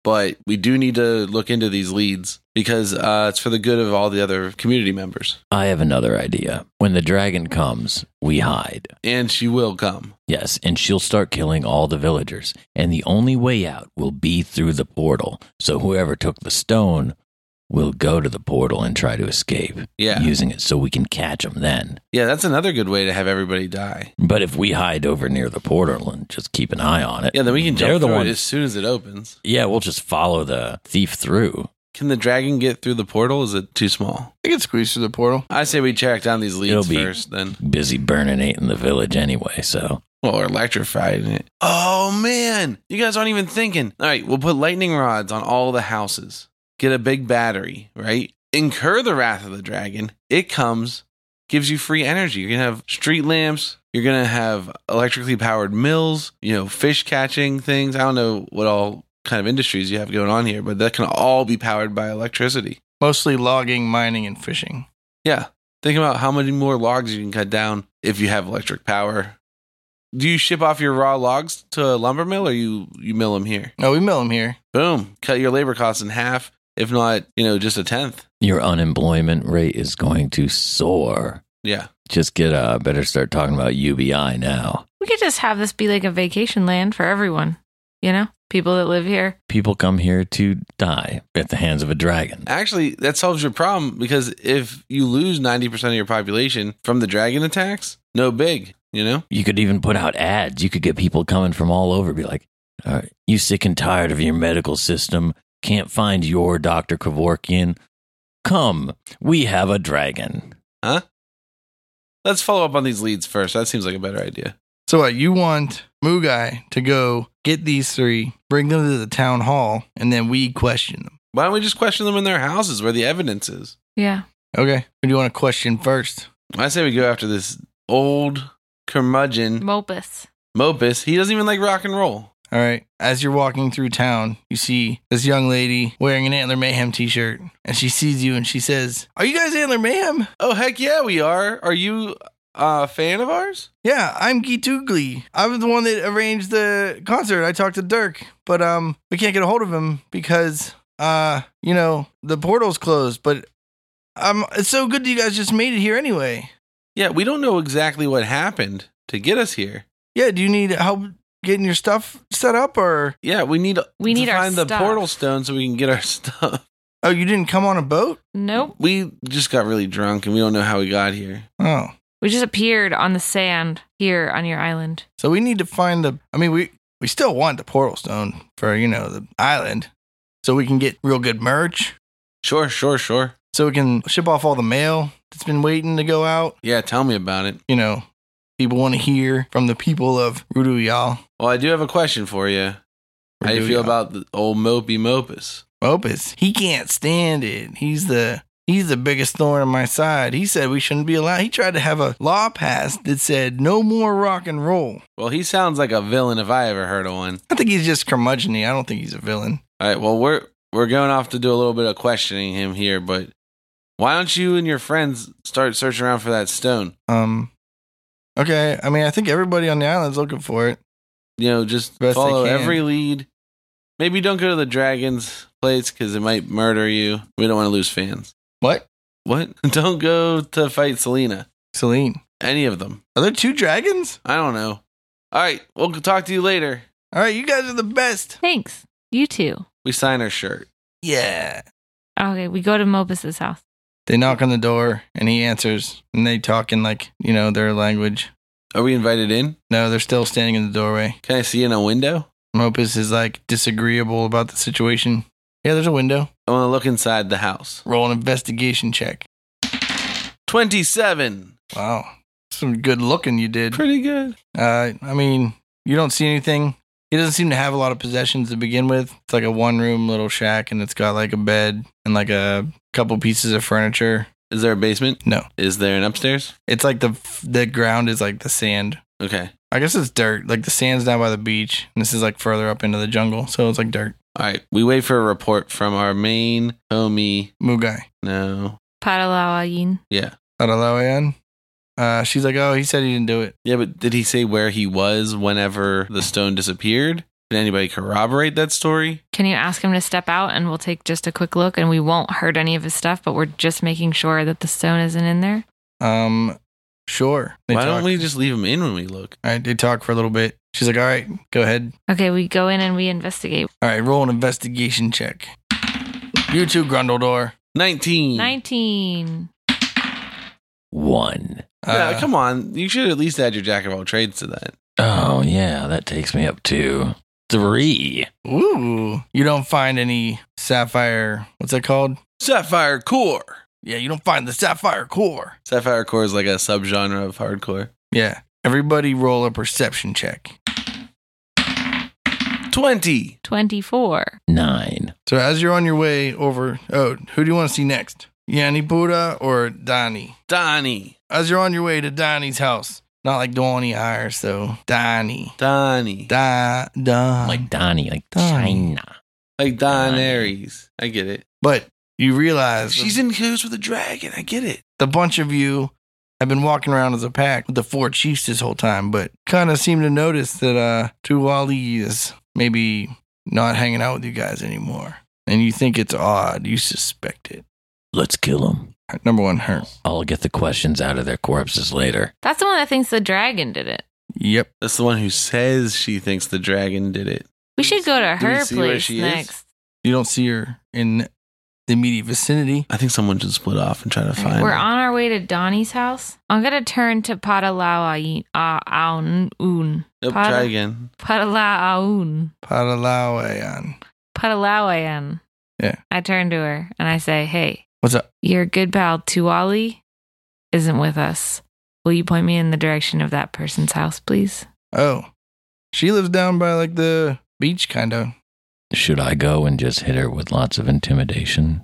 C: but we do need to look into these leads because uh, it's for the good of all the other community members,
D: I have another idea. When the dragon comes, we hide.
C: and she will come.
D: Yes, and she'll start killing all the villagers. And the only way out will be through the portal. So whoever took the stone will go to the portal and try to escape
C: Yeah,
D: using it so we can catch them then.
C: yeah, that's another good way to have everybody die.
D: But if we hide over near the portal and just keep an eye on it,
C: Yeah, then we can jump
D: They're the
C: through
D: one-
C: it as soon as it opens.
D: yeah, we'll just follow the thief through.
C: Can the dragon get through the portal? Is it too small?
A: I could squeeze through the portal.
C: I say we track down these leads
D: It'll be-
C: first, then.
D: Busy burning eight in the village anyway, so
C: Well, we're electrified in it. Oh man, you guys aren't even thinking. All right, we'll put lightning rods on all the houses. Get a big battery, right? Incur the wrath of the dragon. It comes, gives you free energy. You're gonna have street lamps. You're gonna have electrically powered mills. You know, fish catching things. I don't know what all kind of industries you have going on here, but that can all be powered by electricity.
A: Mostly logging, mining, and fishing.
C: Yeah. Think about how many more logs you can cut down if you have electric power. Do you ship off your raw logs to a lumber mill or you, you mill them here?
A: No, Oh, we mill them here.
C: Boom. Cut your labor costs in half, if not, you know, just a tenth.
D: your unemployment rate is going to soar.
C: Yeah.
D: Just get uh better start talking about UBI now.
B: We could just have this be like a vacation land for everyone, you know? People that live here.
D: People come here to die at the hands of a dragon.
C: Actually, that solves your problem because if you lose 90% of your population from the dragon attacks, no big, you know?
D: You could even put out ads. You could get people coming from all over. Be like, all right, you sick and tired of your medical system? Can't find your Dr. Kavorkian? Come, we have a dragon.
C: Let's follow up on these leads first. That seems like a better idea.
A: So what you want Mugai to go get these three, bring them to the town hall, and then we question them.
C: Why don't we just question them in their houses where the evidence is?
B: Yeah.
A: Okay. Who do you want to question first?
C: I say we go after this old curmudgeon,
B: Mopus.
C: Mopus. He doesn't even like rock and roll.
A: All right. As you're walking through town, you see this young lady wearing an Antler Mayhem t shirt, and she sees you and she says, Are you guys Antler Mayhem?
C: Oh, heck yeah, we are. Are you uh, a fan of ours?
A: Yeah, I'm Geet Ugly. I was the one that arranged the concert. I talked to Dirk, but um, we can't get a hold of him because uh, you know, the portal's closed. But um, it's so good that you guys just made it here anyway.
C: Yeah, we don't know exactly what happened to get us here.
A: Yeah, do you need help getting your stuff set up, or
C: Yeah, we need
B: We
C: to
B: need our
C: find the
B: stuff.
C: portal stone so we can get our <laughs> stuff.
A: oh, you didn't come on a boat?
B: Nope.
C: We just got really drunk and we don't know how we got here.
A: Oh,
B: We just appeared on the sand here on your island.
A: so we need to find the. I mean, we we still want the portal stone for you know the island, so we can get real good merch,
C: Sure, sure, sure.
A: so we can ship off all the mail that's been waiting to go out.
C: Yeah, tell me about it.
A: you know, people want to hear from the people of Ruduyal.
C: Well, I do have a question for you. How do you feel about the old mopey mopus?
A: Opus? He can't stand it. He's the he's the biggest thorn on my side. He said we shouldn't be allowed. He tried to have a law passed that said no more rock and roll.
C: Well, he sounds like a villain if I ever heard of one.
A: I think he's just curmudgeon I don't think he's a villain.
C: All right, well, we're we're going off to do a little bit of questioning him here, but why don't you and your friends start searching around for that stone?
A: Um Okay, I mean I think everybody on the island's looking for it.
C: You know,
A: Best
C: just
A: they
C: follow
A: can.
C: every lead. Maybe don't go to the dragon's place because it might murder you. We don't want to lose fans.
A: What?
C: What? <laughs> Don't go to fight Selena.
A: Celine.
C: Any of them.
A: Are there two dragons?
C: I don't know. All right, we'll talk to you later.
A: All right, you guys are the best.
B: Thanks. You too.
C: We sign our shirt.
A: Yeah.
B: Okay, we go to Mopus's house.
A: They knock on the door and he answers and they talk in like, you know, their language.
C: Are we invited in?
A: No, they're still standing in the doorway.
C: Can I see in a window?
A: Mopus is like disagreeable about the situation. Yeah, there's a window.
C: I want to look inside the house.
A: Roll an investigation check.
C: 27.
A: Wow. Some good looking you did.
C: Pretty good.
A: Uh, I mean, you don't see anything. He doesn't seem to have a lot of possessions to begin with. It's like a one room little shack and it's got like a bed and like a couple pieces of furniture.
C: Is there a basement?
A: No.
C: Is there an upstairs?
A: It's like the the ground is like the sand.
C: Okay.
A: I guess it's dirt. Like the sand's down by the beach and this is like further up into the jungle. So it's like dirt.
C: All right. We wait for a report from our main homie.
A: Mugai.
C: No.
B: Padalawayin.
C: Yeah.
A: Aralayan. Uh, she's like, oh, he said he didn't do it.
C: Yeah, but did he say where he was whenever the stone disappeared? Did anybody corroborate that story?
B: Can you ask him to step out and we'll take just a quick look and we won't hurt any of his stuff, but we're just making sure that the stone isn't in there?
A: Um, sure. They
C: Why
A: talk.
C: don't we just leave him in when we look?
A: All right, they talk for a little bit. She's like, "All right, go ahead.
B: Okay, we go in and we investigate.
A: All right, roll an investigation check." You too, Grundledor.
C: 19.
B: 19.
D: One.
C: Yeah,
A: Uh,
C: come on. You should at least add your jack of all trades to that.
D: Oh, yeah, that takes me up to three.
A: Ooh, you don't find any sapphire. What's that called?
C: Sapphire Core.
A: Yeah, you don't find the sapphire core.
C: Sapphire Core is like a subgenre of hardcore.
A: Yeah, everybody roll a perception check.
C: 20.
B: 24.
D: Nine.
A: So as you're on your way over, oh, who do you want to see next? Yanni Buddha or Donnie?
C: Donnie.
A: As you're on your way to Donnie's house, not like Donnie Iyer, so Donnie,
C: Donnie.
A: Da Don.
D: Like Donnie, like
A: Donnie.
D: China.
C: like Don
D: Donnie.
C: Aries. I get it.
A: But you realize
C: She's in cahoots with a dragon. I get it.
A: the bunch of you have been walking around as a pack with the four chiefs this whole time, but kind of seem to notice that uh Tuwali is maybe not hanging out with you guys anymore. And you think it's odd. You suspect it.
D: Let's kill him.
A: Number one, her.
D: I'll get the questions out of their corpses later.
B: That's the one that thinks the dragon did it.
A: Yep.
C: That's the one who says she thinks the dragon did it.
B: We should go to
C: Do we
B: her
C: see where
B: place
C: she is?
B: next.
A: You don't see her in the immediate vicinity.
C: I think someone should split off and try to find
B: We're
C: her.
B: on our way to Donnie's house. I'm gonna turn to Padalawain. Uh, aun, un.
C: Nope,
B: Pod-
C: try again.
B: Padalawain.
A: Padalawayan.
B: Padalawayan.
A: Yeah.
B: I turn to her and I say, "Hey,
A: What's up?
B: your good pal Tuwali isn't with us. Will you point me in the direction of that person's house, please?"
A: Oh. She lives down by like the beach kind of.
D: Should I go and just hit her with lots of intimidation?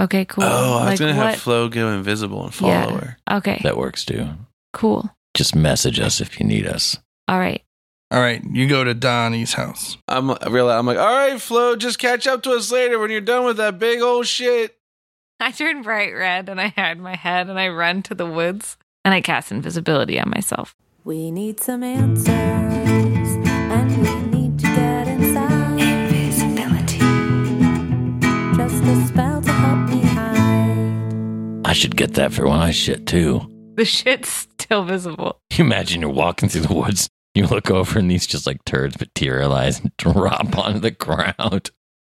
B: Okay, cool.
C: Oh, I
B: like
C: was gonna
B: what?
C: have Flo go invisible and follow
B: Yeah.
C: her.
B: okay,
D: That works too.
B: cool.
D: Just message us if you need us.
B: All right. <laughs>
A: All right, you go to Donnie's house.
C: I'm I realize I'm like, all right, Flo, just catch up to us later when you're done with that big old shit.
B: I turn bright red and I hide my head and I run to the woods and I cast invisibility on myself.
E: We need some answers, and we need to get inside. Invisibility. Just a spell to help me hide.
D: I should get that for when I shit too. <laughs>
B: The shit's still visible.
D: You imagine you're walking through the woods, you look over, and these just like turds materialize and <laughs> drop onto the ground.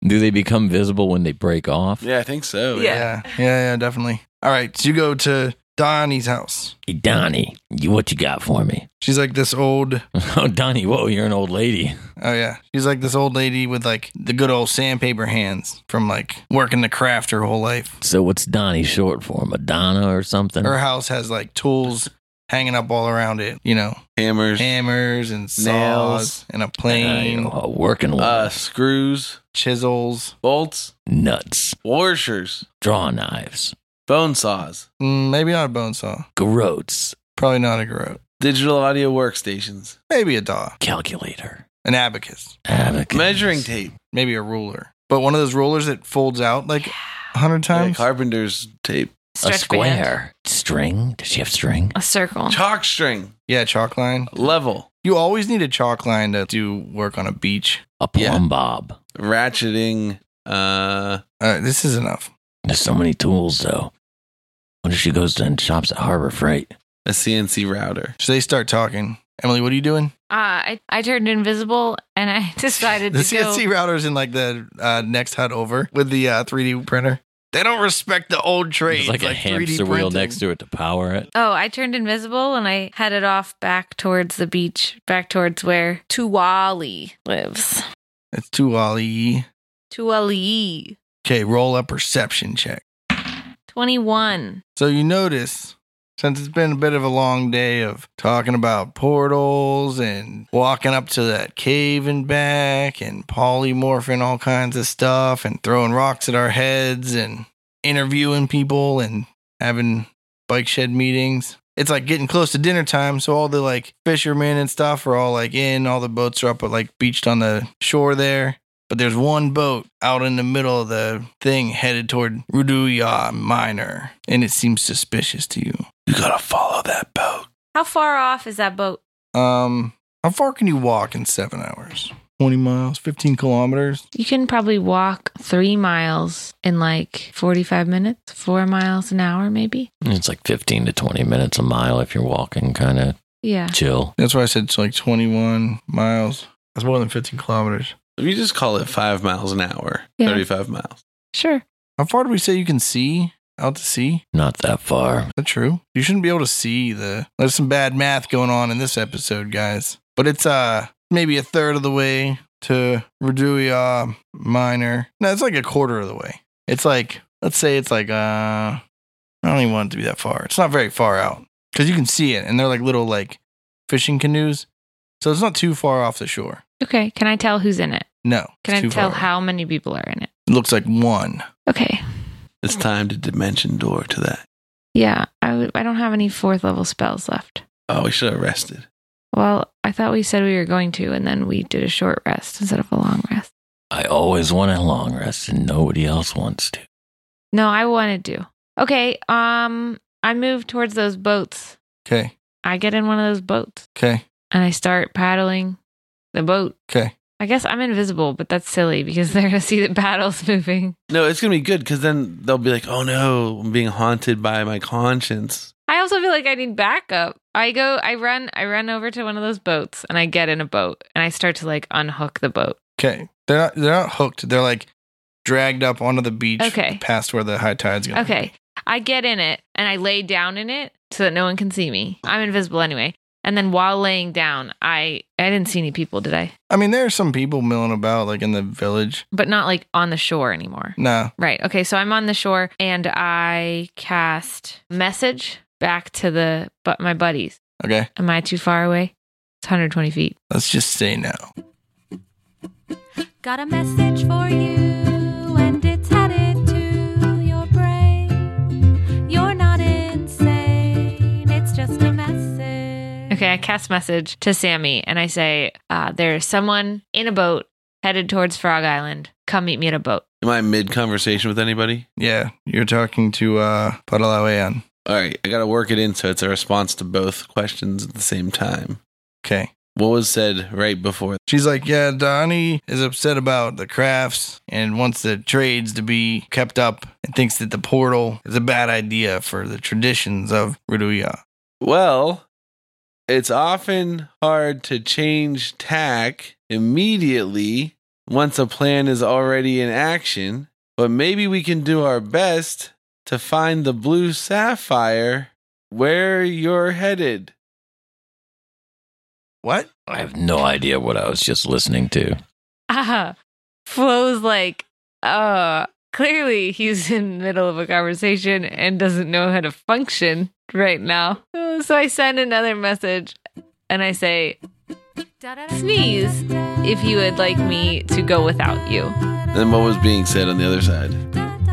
D: Do they become visible when they break off?
C: Yeah, I think so.
B: Yeah.
A: yeah, yeah, yeah, definitely. All right, so you go to Donnie's house.
D: Hey, Donnie, you, what you got for me? <laughs>
A: She's like this old.
D: Oh, Donnie, whoa, you're an old lady.
A: Oh yeah, she's like this old lady with like the good old sandpaper hands from like working the craft her whole life.
D: So what's Donnie short for? Madonna or
C: Mm.
D: something? Uh,
A: Her house has like tools hanging up all around it. You know,
C: Hammers,
A: hammers and saws
C: Nails.
A: and a
D: Uh,
A: plane,
D: a working one.
C: uh, screws,
A: chisels.
C: bolts,
D: Nuts.
C: washers,
D: Draw knives.
C: bone saws,
A: Mm, maybe not a bone saw.
D: Groats.
A: Probably not a garrote.
C: digital audio workstations,
A: Maybe a dog.
D: Calculator.
A: An abacus.
D: Abacus.
C: measuring tape,
A: Maybe a ruler. But one of those rulers that folds out like a hundred
C: yeah,
A: times.
C: carpenter's tape,
D: A
B: Stretch band.
D: square. String. Does she have string?
B: A circle. Uh,
C: chalk string,
A: yeah, chalk line.
C: level,
A: You always need a chalk line to do work on a beach.
D: A
C: Yeah.
D: plumb bob.
C: ratcheting, uh,
A: All right, this is enough.
D: There's so many tools though. What if she goes and shops at Harbor Freight?
C: a CNC router.
A: So they start talking. Emily, what are you doing?
B: Uh, I, I turned invisible and I <laughs> decided
A: The
B: to go.
A: CNC router's in like the uh, next hut over with the uh, 3D printer. They don't respect the old trade.
D: There's like a hamster wheel next to it to power it.
B: Oh, I turned invisible and I headed off back towards the beach, back towards where Tuwali lives.
A: It's too ollie.
B: Tuwali.
A: Okay, roll a perception check.
B: 21.
A: So you notice, since it's been a bit of a long day of talking about portals and walking up to that cave and back and polymorphing all kinds of stuff and throwing rocks at our heads and interviewing people and having bike shed meetings. It's like getting close to dinner time, so all the like fishermen and stuff are all like in, all the boats are up like beached on the shore there. But there's one boat out in the middle of the thing headed toward Ruduya Minor, and it seems suspicious to you.
C: You gotta follow that boat.
B: How far off is that boat?
A: Um, how far can you walk in seven hours? 20 miles, 15 kilometers?
B: You can probably walk three miles in like 45 minutes, four miles an hour, maybe.
D: It's like 15 to 20 minutes a mile if you're walking, kind of
B: Yeah.
D: chill.
A: That's why I said it's like 21 miles. That's more than 15 kilometers.
C: You just call it five miles an hour,
B: Yeah.
C: 35 miles.
B: Sure.
A: How far do we say you can see out to sea?
D: Not that far.
A: Is that true? You shouldn't be able to see the. There's some bad math going on in this episode, guys. But it's uh maybe a third of the way to Reduia Minor. No, it's like a quarter of the way. It's like let's say it's like uh I don't even want it to be that far. It's not very far out because you can see it, and they're like little like fishing canoes, so it's not too far off the shore.
B: Okay. Can I tell who's in it?
A: No,
B: Can
A: it's
B: I
A: too
B: tell
A: far.
B: how many people are in it?
A: It looks like one.
B: Okay.
C: It's time to dimension door to that.
B: Yeah. I w- I don't have any fourth level spells left.
C: Oh, we should have rested.
B: Well, I thought we said we were going to, and then we did a short rest instead of a long rest.
D: I always want a long rest and nobody else wants to.
B: No, I wanted to. Okay. Um, I move towards those boats.
A: Okay,
B: I get in one of those boats
A: okay,
B: and I start paddling the boat.
A: okay.
B: I guess I'm invisible, but that's silly because <laughs> they're gonna see the paddles <laughs> moving.
C: No, it's gonna be good because then they'll be like, "Oh no, I'm being haunted by my conscience."
B: I also feel like I need backup. I go, I run, I run over to one of those boats and I get in a boat and I start to like unhook the boat.
A: Okay. They're not they're not hooked. They're like dragged up onto the beach
B: Okay.
A: past where the high tide's going.
B: Okay. I get in it and I lay down in it so that no one can see me. I'm invisible anyway. And then while laying down, I I didn't see any people, did I?
A: I mean, there are some people milling about like in the village.
B: But not like on the shore anymore.
A: Nah.
B: Right. Okay. So I'm on the shore and I cast message back to the but my buddies.
A: Okay.
B: Am I too far away? It's 120 feet.
A: Let's just say now.
E: Got a message for you, and it's headed to your brain.
B: Okay, I cast message to Sammy and I say, uh, there's someone in a boat headed towards Frog Island. Come meet me at a boat.
C: Am I mid conversation with anybody?
A: Yeah, you're talking to uh, Padalawayan.
C: All right, I got to work it in so it's a response to both questions at the same time.
A: Okay.
C: What was said right before?
A: She's like, yeah, Donnie is upset about the crafts and wants the trades to be kept up and thinks that the portal is a bad idea for the traditions of Ruduya.
C: Well, it's often hard to change tack immediately once a plan is already in action, but maybe we can do our best to find the blue sapphire where you're headed.
A: What?
D: I have no idea what I was just listening to.
B: Ah, Flo's like, uh, clearly he's in the middle of a conversation and doesn't know how to function right now. Uh, So I send another message and I say, sneeze if you would like me to go without you.
C: Then what was being said on the other side?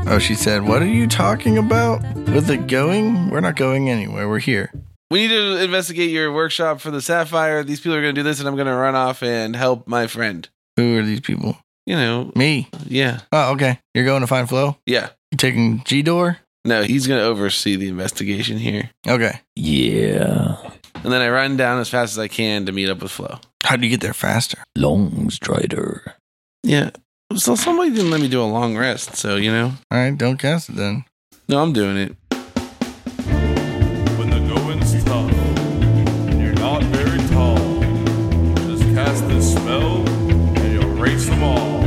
A: Oh, she said, what are you talking about? With it going? We're not going anywhere. We're here.
C: we need to investigate your workshop for the sapphire. These people are going to do this, and I'm going to run off and help my friend.
A: Who are these people?
C: You know,
A: Me.
C: yeah,
A: Oh, okay. You're going to find Flo?
C: yeah.
A: You taking G Door?
C: No, he's going to oversee the investigation here.
A: Okay.
D: Yeah.
C: And then I run down as fast as I can to meet up with Flo.
A: How do you get there faster?
D: Longstrider.
C: Yeah. So somebody didn't let me do a long rest, so you know.
A: All right, don't cast it then.
C: No, I'm doing it.
G: When the going's tough and you're not very tall, just cast this spell and you'll race them all.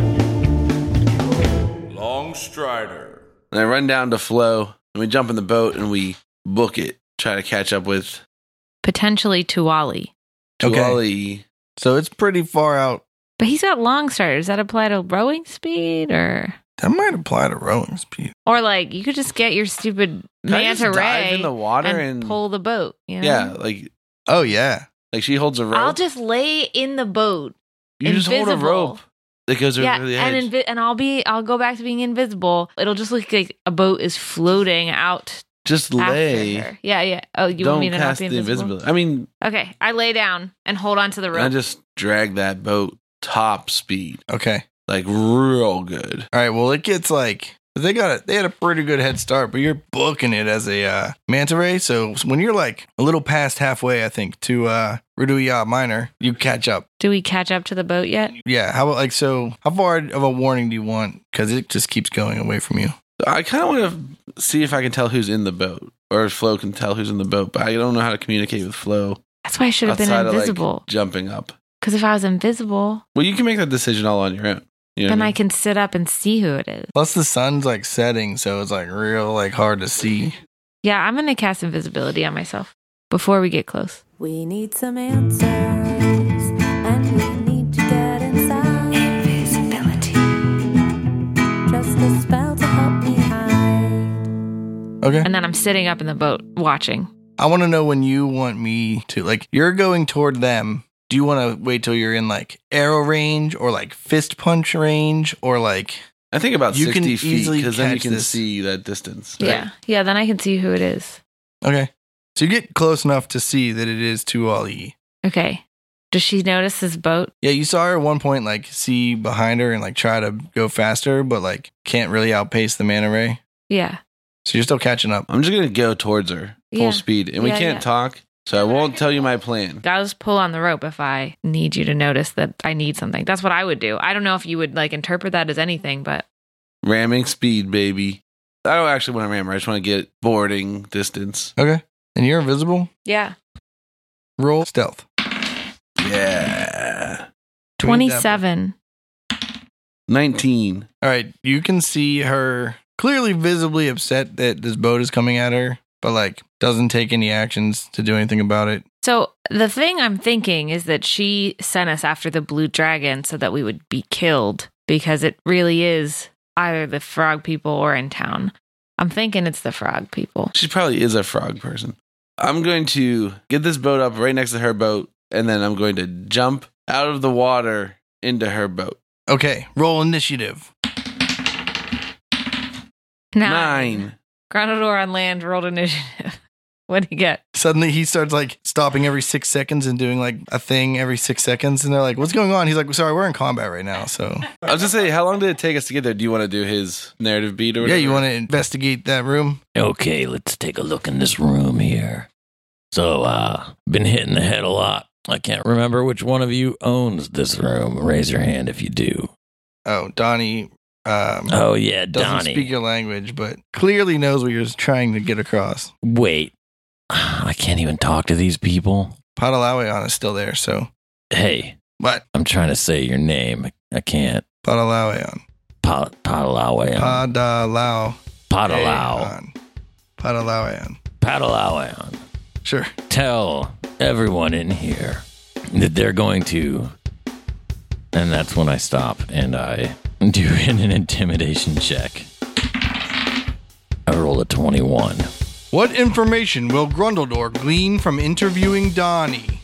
G: Long Strider.
C: And I run down to Flo, and we jump in the boat and we book it. Try to catch up with
B: Potentially Tuwali.
A: Okay.
C: Tuali.
A: So it's pretty far out.
B: But he's got long starter. Does that apply to rowing speed or
A: That might apply to rowing speed.
B: or like you could just get your stupid
C: Can I just
B: manta
C: dive
B: ray
C: in the water
B: and,
C: and,
B: pull the boat? You know?
C: yeah, like
A: Oh yeah.
C: like she holds a rope.
B: I'll just lay in the boat.
C: you just hold a
B: invisible.
C: rope that goes over
B: yeah,
C: the edge.
B: and invi- and I'll be I'll go back to being invisible. It'll just look like a boat is floating out
C: just lay.
B: after her. Yeah, yeah. Oh, you
C: don't
B: want me to
C: cast
B: not
C: the
B: be invisible?
C: invisibility. I mean,
B: Okay, I lay down and hold on to the
C: I
B: rope.
C: just drag that boat top speed,
A: Okay.
C: like real good.
A: All right. Well, it gets like they got it. They had a pretty good head start, but you're booking it as a uh, manta ray. So when you're like a little past halfway, I think to uh, Ruduya Minor, you catch up.
B: Do we catch up to the boat yet?
A: Yeah. How about like so? How far of a warning do you want? Because it just keeps going away from you.
C: So I kind of want to see if I can tell who's in the boat, or if Flo can tell who's in the boat. But I don't know how to communicate with Flo
B: That's why I should have been
C: outside of, like,
B: invisible.
C: jumping up.
B: Because if I was invisible,
C: Well, you can make that decision all on your own. You know
B: then
C: what
B: I
C: mean?
B: can sit up and see who it is.
A: Plus the sun's like setting, so it's like real like hard to see.
B: Yeah, I'm gonna cast invisibility on myself before we get close.
E: We need some answers, and we need to get inside. Invisibility. Just a spell to help me hide.
A: Okay.
B: And then I'm sitting up in the boat watching.
A: I want to know when you want me to like you're going toward them. Do you want to wait till you're in like arrow range or like fist punch range or like
C: I think about
A: You can
C: sixty feet
A: easily
C: because then you
A: catch
C: can
A: this.
C: see that distance.
B: Yeah, yeah. Then I can see who it is.
A: okay? So you get close enough to see that it is Tuali.
B: Okay. Does she notice this boat?
A: Yeah, you saw her at one point like see behind her and like try to go faster, but like can't really outpace the mana ray.
B: Yeah.
A: So you're still catching up.
C: I'm just gonna go towards her full
B: Yeah.
C: speed, and we
B: Yeah,
C: can't
B: yeah.
C: talk, so I won't tell you my plan.
B: I'll just pull on the rope if I need you to notice that I need something. That's what I would do. I don't know if you would like interpret that as anything, but
C: Ramming speed, baby. I don't actually want to ram her. I just want to get boarding distance.
A: Okay. And you're invisible.
B: yeah.
A: Roll stealth.
C: Yeah.
A: We need that.
B: 27.
C: 19.
A: All right, you can see her clearly visibly upset that this boat is coming at her, but like doesn't take any actions to do anything about it.
B: So the thing I'm thinking is that she sent us after the blue dragon so that we would be killed because it really is either the frog people or in town. I'm thinking it's the frog people.
C: She probably is a frog person. I'm going to get this boat up right next to her boat, and then I'm going to jump out of the water into her boat.
A: Okay, roll initiative.
C: Nine.
B: Granador on land rolled initiative. <laughs> What do you get?
A: Suddenly he starts like stopping every six seconds and doing like a thing every six seconds. And they're like, what's going on? He's like, sorry, we're in combat right now. So,
C: I was just say, how long did it take us to get there? Do you want to do his narrative beat or
A: yeah,
C: whatever?
A: you want to investigate that room?
D: Okay, let's take a look in this room here. So, uh, been hitting the head a lot. I can't remember which one of you owns this room. Raise your hand if you do.
A: Oh, Donnie. Um,
D: Oh, yeah,
A: doesn't
D: Donnie.
A: speak your language, but clearly knows what you're trying to get across.
D: Wait. <sighs> I can't even talk to these people.
A: Padalawion is still there, so.
D: Hey,
A: But
D: I'm trying to say your name. I can't.
A: Padalawion.
D: Pa- Padalawayan.
A: Padalau.
D: Padalau.
A: Padalawion.
D: Padalawayan.
A: Sure.
D: tell everyone in here that they're going to. And that's when I stop and I do <laughs> an intimidation check. I roll a 21.
A: What information will Grundledor glean from interviewing Donnie?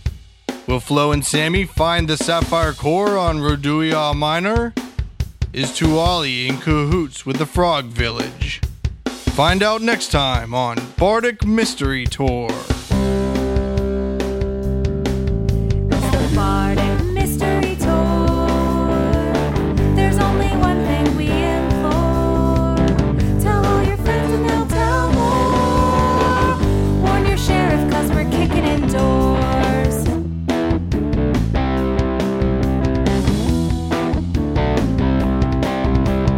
A: Will Flo and Sammy find the Sapphire Core on Roduia Minor? Is Tuali in cahoots with the Frog Village? Find out next time on Bardic Mystery Tour.
E: It's the Bardic Mystery Tour. There's only one thing we implore. Tell all your friends and they'll tell more. Warn your sheriff cause we're kicking in doors.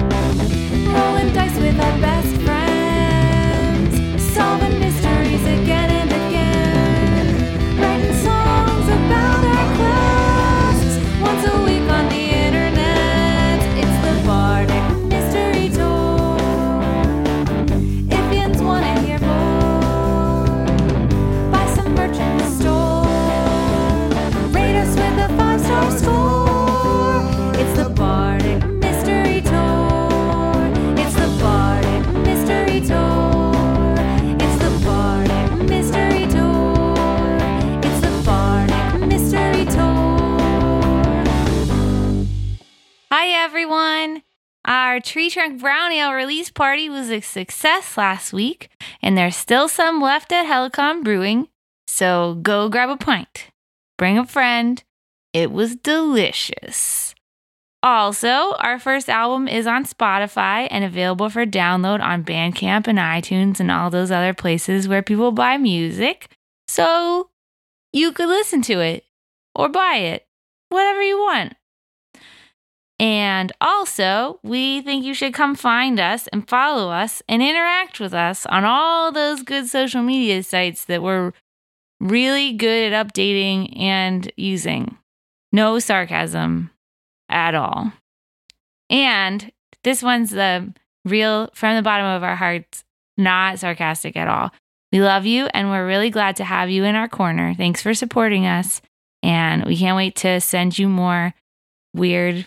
E: Rolling dice with our best friends. Solving mysteries again and again. Writing songs about our quests once a week on the internet. It's the Bardic Mystery Tour. If yins wanna hear more, buy some merch in the store. Rate us with a five star score. It's the Bardic Mystery Tour. It's the Bardic Mystery Tour. It's the Bardic Mystery Tour. It's the Bardic Mystery Tour.
B: Hi, everyone. Our Tree Trunk Brown Ale release party was a success last week, and there's still some left at Helicon Brewing, so go grab a pint. Bring a friend. It was delicious. Also, our first album is on Spotify and available for download on Bandcamp and iTunes and all those other places where people buy music. So you could listen to it or buy it, whatever you want. And also, we think you should come find us and follow us and interact with us on all those good social media sites that we're really good at updating and using. No sarcasm at all. And this one's the real from the bottom of our hearts, not sarcastic at all. We love you and we're really glad to have you in our corner. Thanks for supporting us. And we can't wait to send you more weird